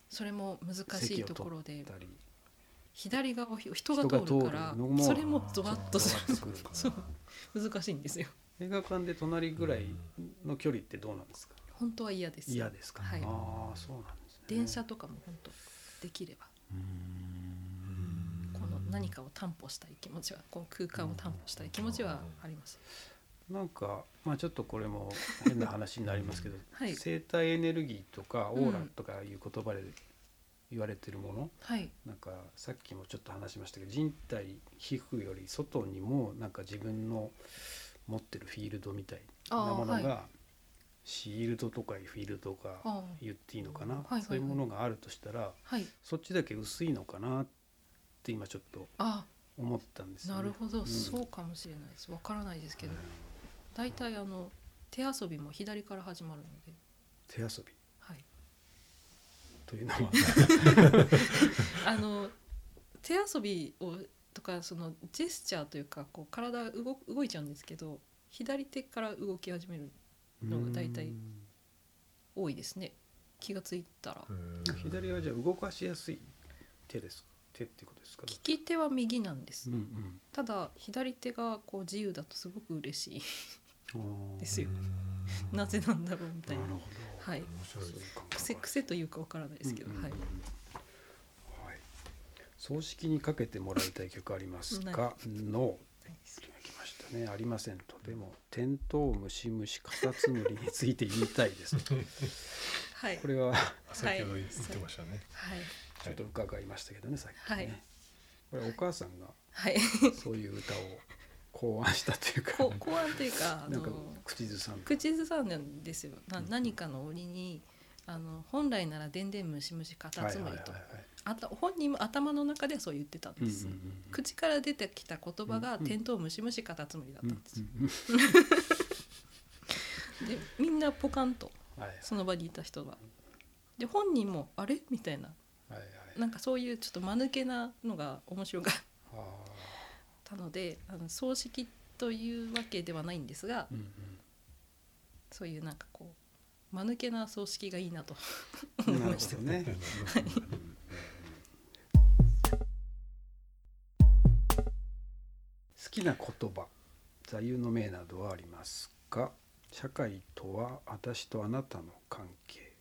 Speaker 3: それも難しいところ
Speaker 1: い
Speaker 3: で
Speaker 1: たり
Speaker 3: 左側を人が通るか
Speaker 1: 人が通
Speaker 3: ら
Speaker 1: るのも
Speaker 3: それもゾワッとす
Speaker 1: ゾワッとくる
Speaker 3: そうる 難しいんですよ。
Speaker 1: 映画館で隣ぐらいの距離ってどうなんですか
Speaker 3: 本当は嫌です。
Speaker 1: 嫌ですか、
Speaker 3: はい
Speaker 1: ああそうなんですね
Speaker 3: 電車とかも本当できれば
Speaker 1: うん
Speaker 3: この何かを担保したい気持ちはこの空間を担保したい気持ちはあります。
Speaker 1: なんか、まあ、ちょっとこれも変な話になりますけど、
Speaker 3: はい
Speaker 1: 生体エネルギーとか
Speaker 3: うん
Speaker 1: オーラとかいう言葉で言われてるもの、
Speaker 3: はい
Speaker 1: なんかさっきもちょっと話しましたけど人体皮膚より外にもなんか自分の持ってるフィールドみたいな
Speaker 3: あー
Speaker 1: ものが、
Speaker 3: は
Speaker 1: シールドとかフィールドとか
Speaker 3: あ
Speaker 1: 言っていいのかな、
Speaker 3: はいはい
Speaker 1: そういうものがあるとしたら、
Speaker 3: はい
Speaker 1: そっちだけ薄いのかなって今ちょっと
Speaker 3: あ
Speaker 1: 思ったんですよ
Speaker 3: な
Speaker 1: ね。
Speaker 3: るほど、
Speaker 1: ん
Speaker 3: そうかもしれないですわからないですけど大体あの手遊びも左から始まるので、
Speaker 1: 手遊び
Speaker 3: はい、
Speaker 1: と いうのは
Speaker 3: あの手遊びをとかそのジェスチャーというかこう体動く動いちゃうんですけど左手から動き始めるのが大体
Speaker 1: うん
Speaker 3: 多いですね気がついたら
Speaker 1: 左はじゃあ動かしやすい手ですか手っていうことですか、
Speaker 3: 利き手は右なんです
Speaker 1: うんうん
Speaker 3: ただ左手がこう自由だとすごく嬉しい
Speaker 1: あー、
Speaker 3: ですよ
Speaker 2: うん
Speaker 3: なぜなんだろうみたいな
Speaker 1: なるほど。
Speaker 3: はい
Speaker 2: 面白い
Speaker 1: そう
Speaker 2: で
Speaker 1: いう
Speaker 2: す
Speaker 1: 考え
Speaker 3: 癖癖というかわからないですけど、
Speaker 1: うんうんうん
Speaker 3: はい
Speaker 1: はい葬式にかけてもらいたい曲あります
Speaker 3: な
Speaker 1: か？の来ましたね。ありませんと。でもテントウムシムシカタツムリについて言いたい です。
Speaker 3: はい
Speaker 1: これは
Speaker 2: 先ほど言ってました ね、
Speaker 3: はい
Speaker 1: ちょっと伺いましたけどね、さっきね。
Speaker 3: はい
Speaker 1: これお母さんが
Speaker 3: はい
Speaker 1: そういう歌を考案したというか、
Speaker 3: こ考案というかあ
Speaker 1: なんか
Speaker 3: の
Speaker 1: 口ずさんだ。
Speaker 3: 口ずさんだんですよな何かの折にあの本来なら「でんでんむしむしカタツムリ」と
Speaker 1: はいはいはいはい
Speaker 3: あた本人も頭の中ではそう言ってたん
Speaker 1: うん
Speaker 3: で
Speaker 1: うん
Speaker 3: す、
Speaker 1: うんうん
Speaker 3: 口から出てきた言葉が
Speaker 1: う
Speaker 3: 「
Speaker 1: ん
Speaker 3: テントウムシムシカタツムリ」だったんです、
Speaker 1: うんうん
Speaker 3: でみんなポカンと
Speaker 1: うんはいはい
Speaker 3: その場にいた人がで本人も「あれ?」みたいな
Speaker 1: はいはい。
Speaker 3: なんかそういうちょっと間抜けなのが面白かっ
Speaker 1: ああ
Speaker 3: たのであの葬式というわけではないんですが、
Speaker 1: うんうん
Speaker 3: そういうなんかこう間抜けな葬式がいい なと思
Speaker 1: な
Speaker 3: い
Speaker 1: る
Speaker 3: ま
Speaker 1: ほ
Speaker 3: した
Speaker 1: ど。ね。好きな言葉座右の銘などはありますか社会とは私とあなたの関係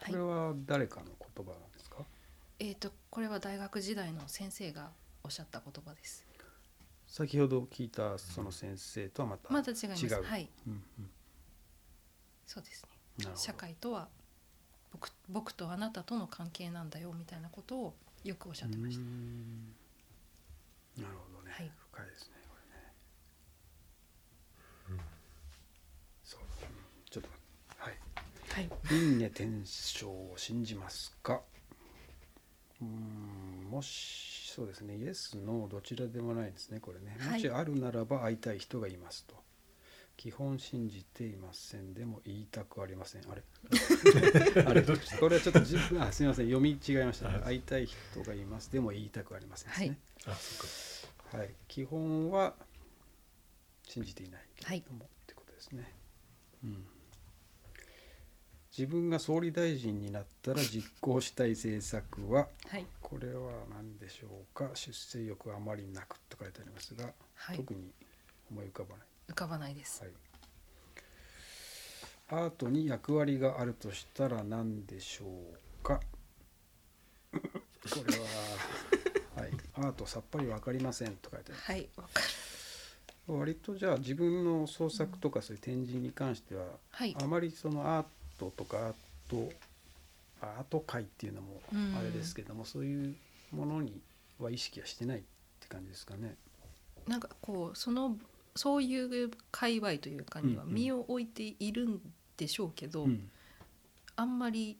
Speaker 3: はい
Speaker 1: これは誰かの言葉なんですか、
Speaker 3: えっ、とこれは大学時代の先生がおっしゃった言葉です。
Speaker 1: 先ほど聞いたその先生とはまた
Speaker 3: また違います。
Speaker 1: 違う
Speaker 3: はい、
Speaker 1: うんうん
Speaker 3: そうですね。
Speaker 1: なるほど
Speaker 3: 社会とは僕僕とあなたとの関係なんだよみたいなことをよくおっしゃってました
Speaker 1: う。んなるほどね、
Speaker 3: はい
Speaker 1: 深いですねこれね、
Speaker 2: うん
Speaker 1: そううんちょっと待ってはい
Speaker 3: はい。
Speaker 1: 輪廻転生を信じますかうーんもしそうですねイエスノーどちらでもないですねこれね、
Speaker 3: はい
Speaker 1: もしあるならば会いたい人がいますと基本信じていませんでも言いたくありませんあれあれこれはちょっとじあすみません読み違いました、ね、会いたい人がいますでも言いたくありませんですね
Speaker 2: あそっか
Speaker 1: はい、基本は信じていない
Speaker 3: は
Speaker 1: っ
Speaker 3: い
Speaker 1: てことですね。うん、自分が総理大臣になったら実行したい政策は
Speaker 3: はい。
Speaker 1: これは何でしょうか出世欲あまりなくと書いてありますが、
Speaker 3: はい
Speaker 1: 特に思い浮かばない。
Speaker 3: 浮かばないです。
Speaker 1: はいアートに役割があるとしたら何でしょう かこれは、はい、アートさっぱり分かりませんと書いてある
Speaker 3: はい。わ、かる。
Speaker 1: 割とじゃあ自分の創作とかそういう展示に関しては、
Speaker 3: はい。
Speaker 1: あまりそのアートとかアートアート界っていうのも
Speaker 3: うん
Speaker 1: あれですけども、そういうものには意識はしてないって感じですかね。
Speaker 3: なんかこうそのそういう界隈というかには
Speaker 1: うんうん
Speaker 3: 身を置いているんでしょうけど、
Speaker 1: うん
Speaker 3: あんまり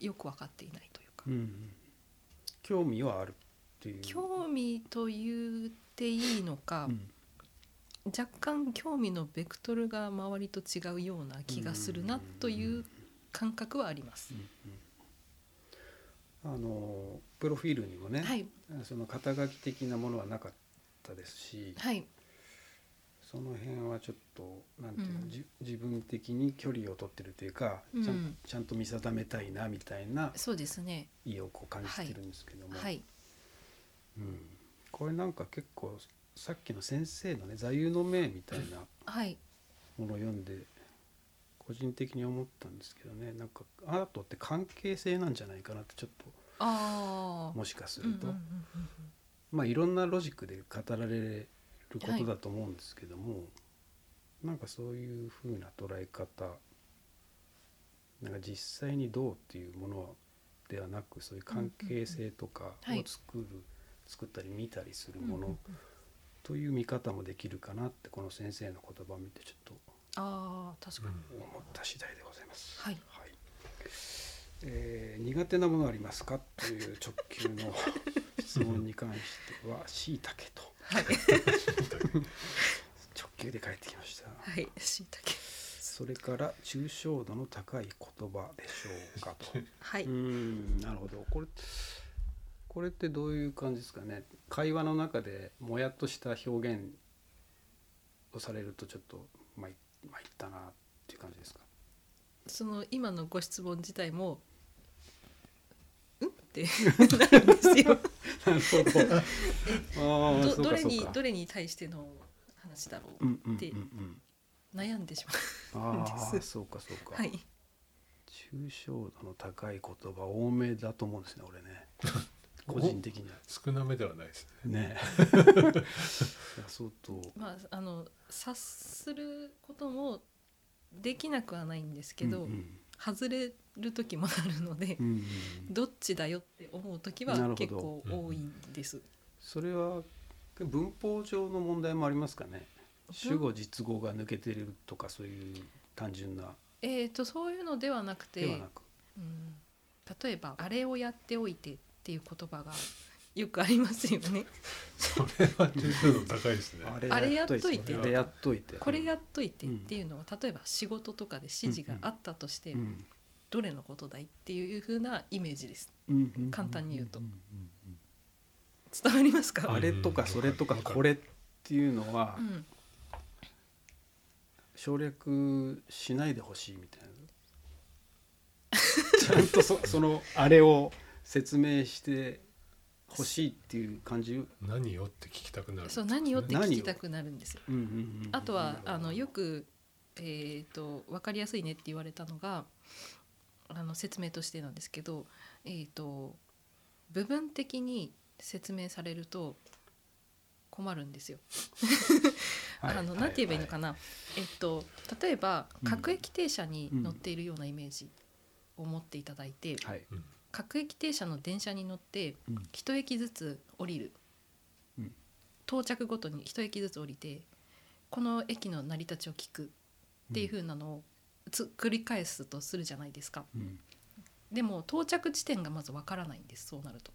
Speaker 3: よく分かっていないというか、
Speaker 1: うんうん興味はあるっていう。
Speaker 3: 興味と言っていいのか、
Speaker 1: うん
Speaker 3: 若干興味のベクトルが周りと違うような気がするなという感覚はあります。
Speaker 1: あのプロフィールにもね、
Speaker 3: はい
Speaker 1: その肩書き的なものはなかったですし、
Speaker 3: はい
Speaker 1: その辺はちょっとなんていうの、
Speaker 3: うん
Speaker 1: じ自分的に距離を取ってるというか、ちゃ
Speaker 3: うんん
Speaker 1: ちゃんと見定めたいなみたいな
Speaker 3: そうですね
Speaker 1: 意欲を感じてるんですけども、
Speaker 3: はい
Speaker 1: うん、これなんか結構さっきの先生のね座右の銘みたいな
Speaker 3: はい
Speaker 1: ものを読んで個人的に思ったんですけどねなんかアートって関係性なんじゃないかなってちょっ
Speaker 3: あ
Speaker 1: と
Speaker 3: あ
Speaker 1: もしかすると、
Speaker 3: うんうんうんうん
Speaker 1: まあいろんなロジックで語られることだと思うんですけども、なんかそういうふうな捉え方なんか実際にどうっていうものではなくそういう関係性とか
Speaker 3: うんうんうんは
Speaker 1: を
Speaker 3: い
Speaker 1: 作る、作ったり見たりするも
Speaker 3: うんう
Speaker 1: の
Speaker 3: んうん
Speaker 1: という見方もできるかなってこの先生の言葉を見てちょっと
Speaker 3: あー確かに、
Speaker 1: 思った次第でございます。
Speaker 3: はい
Speaker 1: えー苦手なものありますかという直球 の質問に関してはしいたけと
Speaker 3: はい
Speaker 1: 直球で返ってきました。
Speaker 3: はい しいたけ
Speaker 1: それから抽象度の高い言葉でしょうかと。
Speaker 3: はいう
Speaker 1: ーんなるほどこれこれってどういう感じですかね会話の中でもやっとした表現をされるとちょっとまいまいったなっていう感じですか
Speaker 3: その今のご質問自 体もうんって なるんですよ
Speaker 1: なるほどあー
Speaker 3: ど
Speaker 1: そうか
Speaker 3: どれ
Speaker 1: そう
Speaker 3: に
Speaker 1: か
Speaker 3: どれに対しての話だろ
Speaker 1: うんうんうんう
Speaker 3: って
Speaker 1: ん
Speaker 3: 悩んでし
Speaker 1: あ
Speaker 3: まで
Speaker 1: あ
Speaker 3: す
Speaker 1: そうかそう
Speaker 3: う
Speaker 1: か、
Speaker 3: はい
Speaker 1: 抽象度の高い言葉多めだと思うんですね俺 ね個人的には
Speaker 2: 少なめではないですね
Speaker 1: ね いやそうと
Speaker 3: まああの察することもできなくはないんですけど、
Speaker 1: うん
Speaker 3: 外れる時もあるので、
Speaker 1: うんうんうん
Speaker 3: どっちだよって思う時は
Speaker 1: なるほど
Speaker 3: 結構多いです。
Speaker 1: それは文法上の問題もありますかね主語実語が抜けてるとかそういう単純な
Speaker 3: えー、とそういうのではなくて
Speaker 1: ではなく、
Speaker 3: うん、例えば「あれをやっておいて」っていう言葉が よくありますよね。
Speaker 2: それは抽象度高いですね
Speaker 1: あれ
Speaker 3: あれやっといて
Speaker 1: あれやっといて
Speaker 3: これやっといてっていうのは例えば仕事とかで指示があったとして、
Speaker 1: うん
Speaker 3: どれのことだいっていう風なイメージです。
Speaker 1: うんうん
Speaker 3: 簡単に言うと
Speaker 1: んんん
Speaker 3: 伝わります
Speaker 1: うんあ
Speaker 3: か？
Speaker 1: れとかそれとかこれっていうのは
Speaker 3: うん、
Speaker 1: 省略しないでほしいみたいなちゃんとそそのあれを説明してほしいっていう感じ、うん
Speaker 2: 何をって聞きたくなる
Speaker 3: そう何をって聞きたくなるんですよ。
Speaker 1: うんうんうん、
Speaker 3: あとは
Speaker 2: なるほど
Speaker 3: あのよく、えー、と分かりやすいねって言われたのがあの説明としてなんですけど、えー、と部分的に説明されると困るんですよ。あのなんて言えばいいのか
Speaker 1: な、
Speaker 3: な、えっと例えば
Speaker 1: うん
Speaker 3: 各駅停車に乗っているようなイメージを持っていただいて、
Speaker 1: はいはい
Speaker 2: うん
Speaker 3: 各駅停車の電車に乗って
Speaker 1: うん
Speaker 3: 一駅ずつ降りる、
Speaker 1: うん
Speaker 3: 到着ごとに一駅ずつ降りてこの駅の成り立ちを聞くっていう風なのをつ繰り返すとするじゃないですか
Speaker 1: うん
Speaker 3: でも到着地点がまずわからないんですそうなると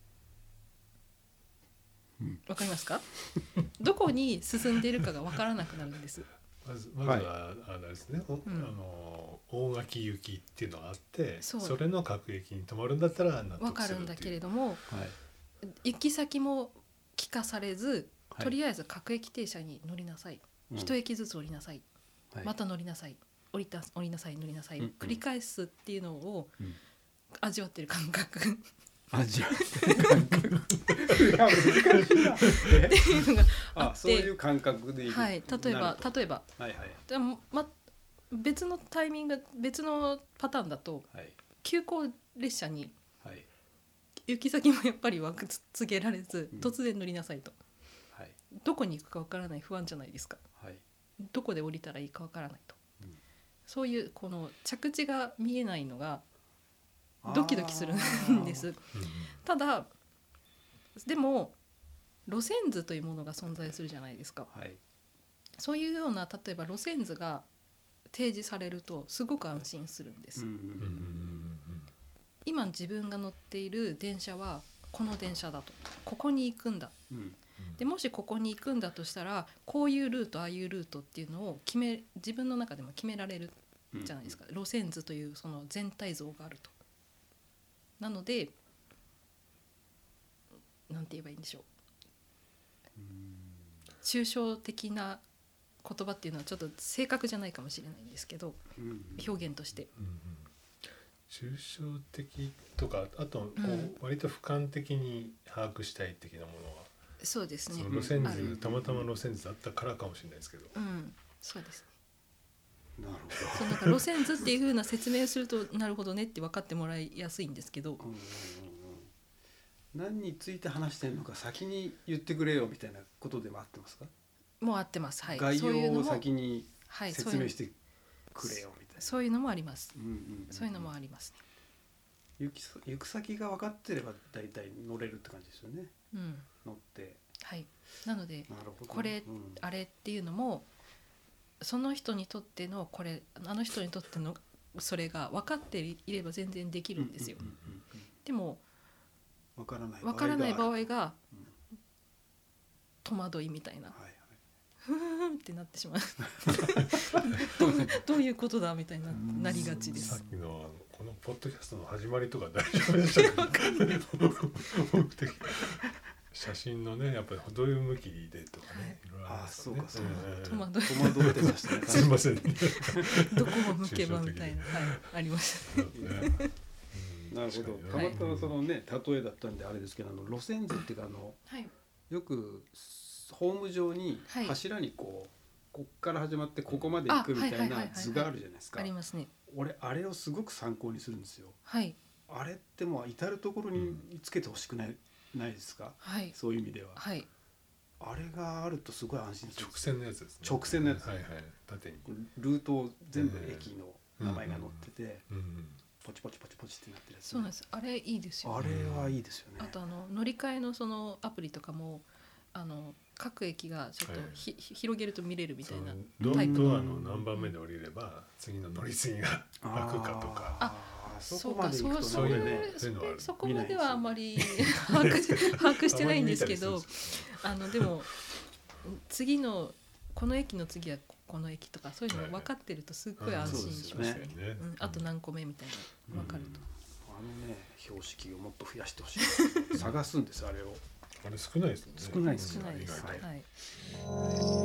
Speaker 1: うん
Speaker 3: わかりますか どこに進んでいるかがわからなくなるんです
Speaker 2: まずまずは、あれですね、お
Speaker 3: ん
Speaker 2: あの大垣行きっていうのがあって
Speaker 3: そ
Speaker 2: そうれの各駅に泊まるんだったら納
Speaker 3: わ
Speaker 2: 得
Speaker 3: か
Speaker 2: する
Speaker 3: る
Speaker 2: っていうん
Speaker 3: だけれども
Speaker 1: はい
Speaker 3: 行き先も聞かされず
Speaker 1: はい
Speaker 3: とりあえず各駅停車に乗りなさい、
Speaker 1: うん
Speaker 3: 一駅ずつ降りなさい
Speaker 1: はい
Speaker 3: また乗りなさい降りた降りなさい乗りなさい、
Speaker 1: うんうん
Speaker 3: 繰り返すっていうのを
Speaker 1: うん
Speaker 3: 味わってる感覚っ
Speaker 1: あじゃあ感覚いや難しいな
Speaker 3: ていうのがあ
Speaker 1: あ
Speaker 3: って
Speaker 1: そういう感覚でいる
Speaker 3: はい例え
Speaker 1: なる
Speaker 3: ば
Speaker 1: ほど
Speaker 3: 例えば
Speaker 1: はいはい
Speaker 3: でも、ま、別のタイミング別のパターンだと
Speaker 1: はい
Speaker 3: 急行列車に
Speaker 1: はい
Speaker 3: 行き先もやっぱりはつ告げられず
Speaker 1: うん
Speaker 3: 突然乗りなさいと、
Speaker 1: はい
Speaker 3: どこに行くかわからない不安じゃないですか
Speaker 1: はい
Speaker 3: どこで降りたらいいかわからないと、
Speaker 1: うん
Speaker 3: そういうこの着地が見えないのがドキドキするんで
Speaker 1: あ
Speaker 2: う
Speaker 3: す
Speaker 2: ん
Speaker 3: ただでも路線図というものが存在するじゃないですか
Speaker 1: ーはい
Speaker 3: そういうような例えば路線図が提示されるとすごく安心するんです、
Speaker 1: うん
Speaker 2: うんうんうんうん
Speaker 3: 今自分が乗っている電車はこの電車だとここに行くんだ
Speaker 1: うんうん
Speaker 2: うん
Speaker 3: でもしここに行くんだとしたらこういうルートああいうルートっていうのを決め自分の中でも決められる
Speaker 1: うん
Speaker 3: じゃないですか路線図というその全体像があると。なのでなんて言えばいいんでしょう抽象的な言葉っていうのはちょっと正確じゃないかもしれないんですけど
Speaker 1: うん
Speaker 3: 表現として。
Speaker 2: うんうん抽象的とかあとこ
Speaker 3: うん
Speaker 2: う割と俯瞰的に把握したい的なものは、
Speaker 3: そうです
Speaker 2: そ
Speaker 3: ね
Speaker 2: の路線
Speaker 3: ある
Speaker 2: 図たまたま路線図だったからかもしれないですけど、
Speaker 3: うんそうですね
Speaker 1: なる
Speaker 3: そうなんか路線図っていう風な説明をするとなるほどねって分かってもらいやすいんですけど
Speaker 1: ほど、うんうんうんうん、何について話してるのか先に言ってくれよみたいなことでもあってますか、
Speaker 3: もう合ってますはい
Speaker 1: 概
Speaker 3: そういう
Speaker 1: 要
Speaker 3: の
Speaker 1: を
Speaker 3: も
Speaker 1: 先に
Speaker 3: はいそう
Speaker 1: 説
Speaker 3: い
Speaker 1: 明
Speaker 3: う
Speaker 1: してくれよみたいな、
Speaker 3: そういうのもあります
Speaker 1: うんうんん
Speaker 3: そういうのもあります
Speaker 1: 行きさ行く先が分かってれば大体乗れるって感じですよね
Speaker 3: ねうん
Speaker 1: 乗って
Speaker 3: はいなので
Speaker 1: なるほど
Speaker 3: これ
Speaker 1: うん
Speaker 3: あれっていうのもその人にとってのこれあの人にとってのそれが分かっていれば全然できるんですよ
Speaker 1: うううんうん
Speaker 3: でも
Speaker 1: 分からない
Speaker 3: 分からない場
Speaker 1: は
Speaker 3: 合が
Speaker 1: うん
Speaker 3: 戸惑いみたいない
Speaker 1: はい
Speaker 3: ふーんってなってしまう どういうことだみたいななりがちで
Speaker 2: さ
Speaker 3: す
Speaker 2: っきのあのこのポッドキャストの始まりとか大丈夫でしたか僕的に写真のねやっぱりどういう向きでとかね、いろいろりますからね
Speaker 1: あそうか
Speaker 3: 戸
Speaker 2: ん
Speaker 3: 惑い
Speaker 1: 戸惑ってました ね
Speaker 2: すいませんね
Speaker 3: どこを向けばみたいな、はい、ありました
Speaker 2: うん
Speaker 1: なるほど
Speaker 2: 確
Speaker 1: た
Speaker 2: か
Speaker 1: ま
Speaker 2: に
Speaker 1: たまそのね例えだったんであれですけどあの路線図っていうかあの
Speaker 3: はい
Speaker 1: よくホーム上に
Speaker 3: はい
Speaker 1: 柱にこう、こっから始まってここまで行くみた
Speaker 3: あはいいはいはい
Speaker 1: な
Speaker 3: はい
Speaker 1: 図があるじゃないですか
Speaker 3: ありますね
Speaker 1: 俺あれをすごく参考にするんですよ
Speaker 3: はい
Speaker 1: あれってもう至る所につけてほしくない,、ないですか
Speaker 3: はい
Speaker 1: そういう意味では
Speaker 3: はい
Speaker 1: あれがあるとすごい安心するん
Speaker 2: 直
Speaker 1: です
Speaker 2: 線のやつですね
Speaker 1: 直線のやつ
Speaker 2: はいはい縦に
Speaker 1: ルートを全部駅の名前が載ってて、
Speaker 2: うんうん
Speaker 1: ポチポチポチポチってなってるやつね、
Speaker 3: そうなんですあれいいですよ
Speaker 1: あれはいいですよね
Speaker 3: あとあの乗り換えのそのアプリとかもあの各駅がちょっとひ、ひ広げると見れるみた
Speaker 2: そ
Speaker 3: いな
Speaker 2: のド
Speaker 3: タイ
Speaker 2: ア
Speaker 3: プ
Speaker 2: ドアの何番目で降りれば次の乗り継ぎが楽かとか
Speaker 1: あーそ
Speaker 3: そう
Speaker 1: こま
Speaker 3: か
Speaker 1: で
Speaker 3: そ
Speaker 1: 行
Speaker 3: う
Speaker 1: くと
Speaker 2: そ
Speaker 3: そうう
Speaker 1: ないん
Speaker 2: う
Speaker 1: かね
Speaker 2: の
Speaker 3: いうそ
Speaker 2: そういうのある
Speaker 3: そこまではあんまり把握し把握してないんですけ
Speaker 2: たまに
Speaker 3: ど
Speaker 2: 見たりするんです
Speaker 3: あのでも次のこの駅の次はここの駅とかそういうの分かってるとすっごい安心します、
Speaker 1: ね
Speaker 2: うんそうですよね
Speaker 3: うん、あと何個目みたいな分かると、
Speaker 1: あのね標識をもっと増やしてほしい探すんですあれを
Speaker 2: あれ少ないですもんね
Speaker 1: 少ないです
Speaker 3: 少ないで
Speaker 2: 意
Speaker 3: す、
Speaker 2: 外と
Speaker 3: はい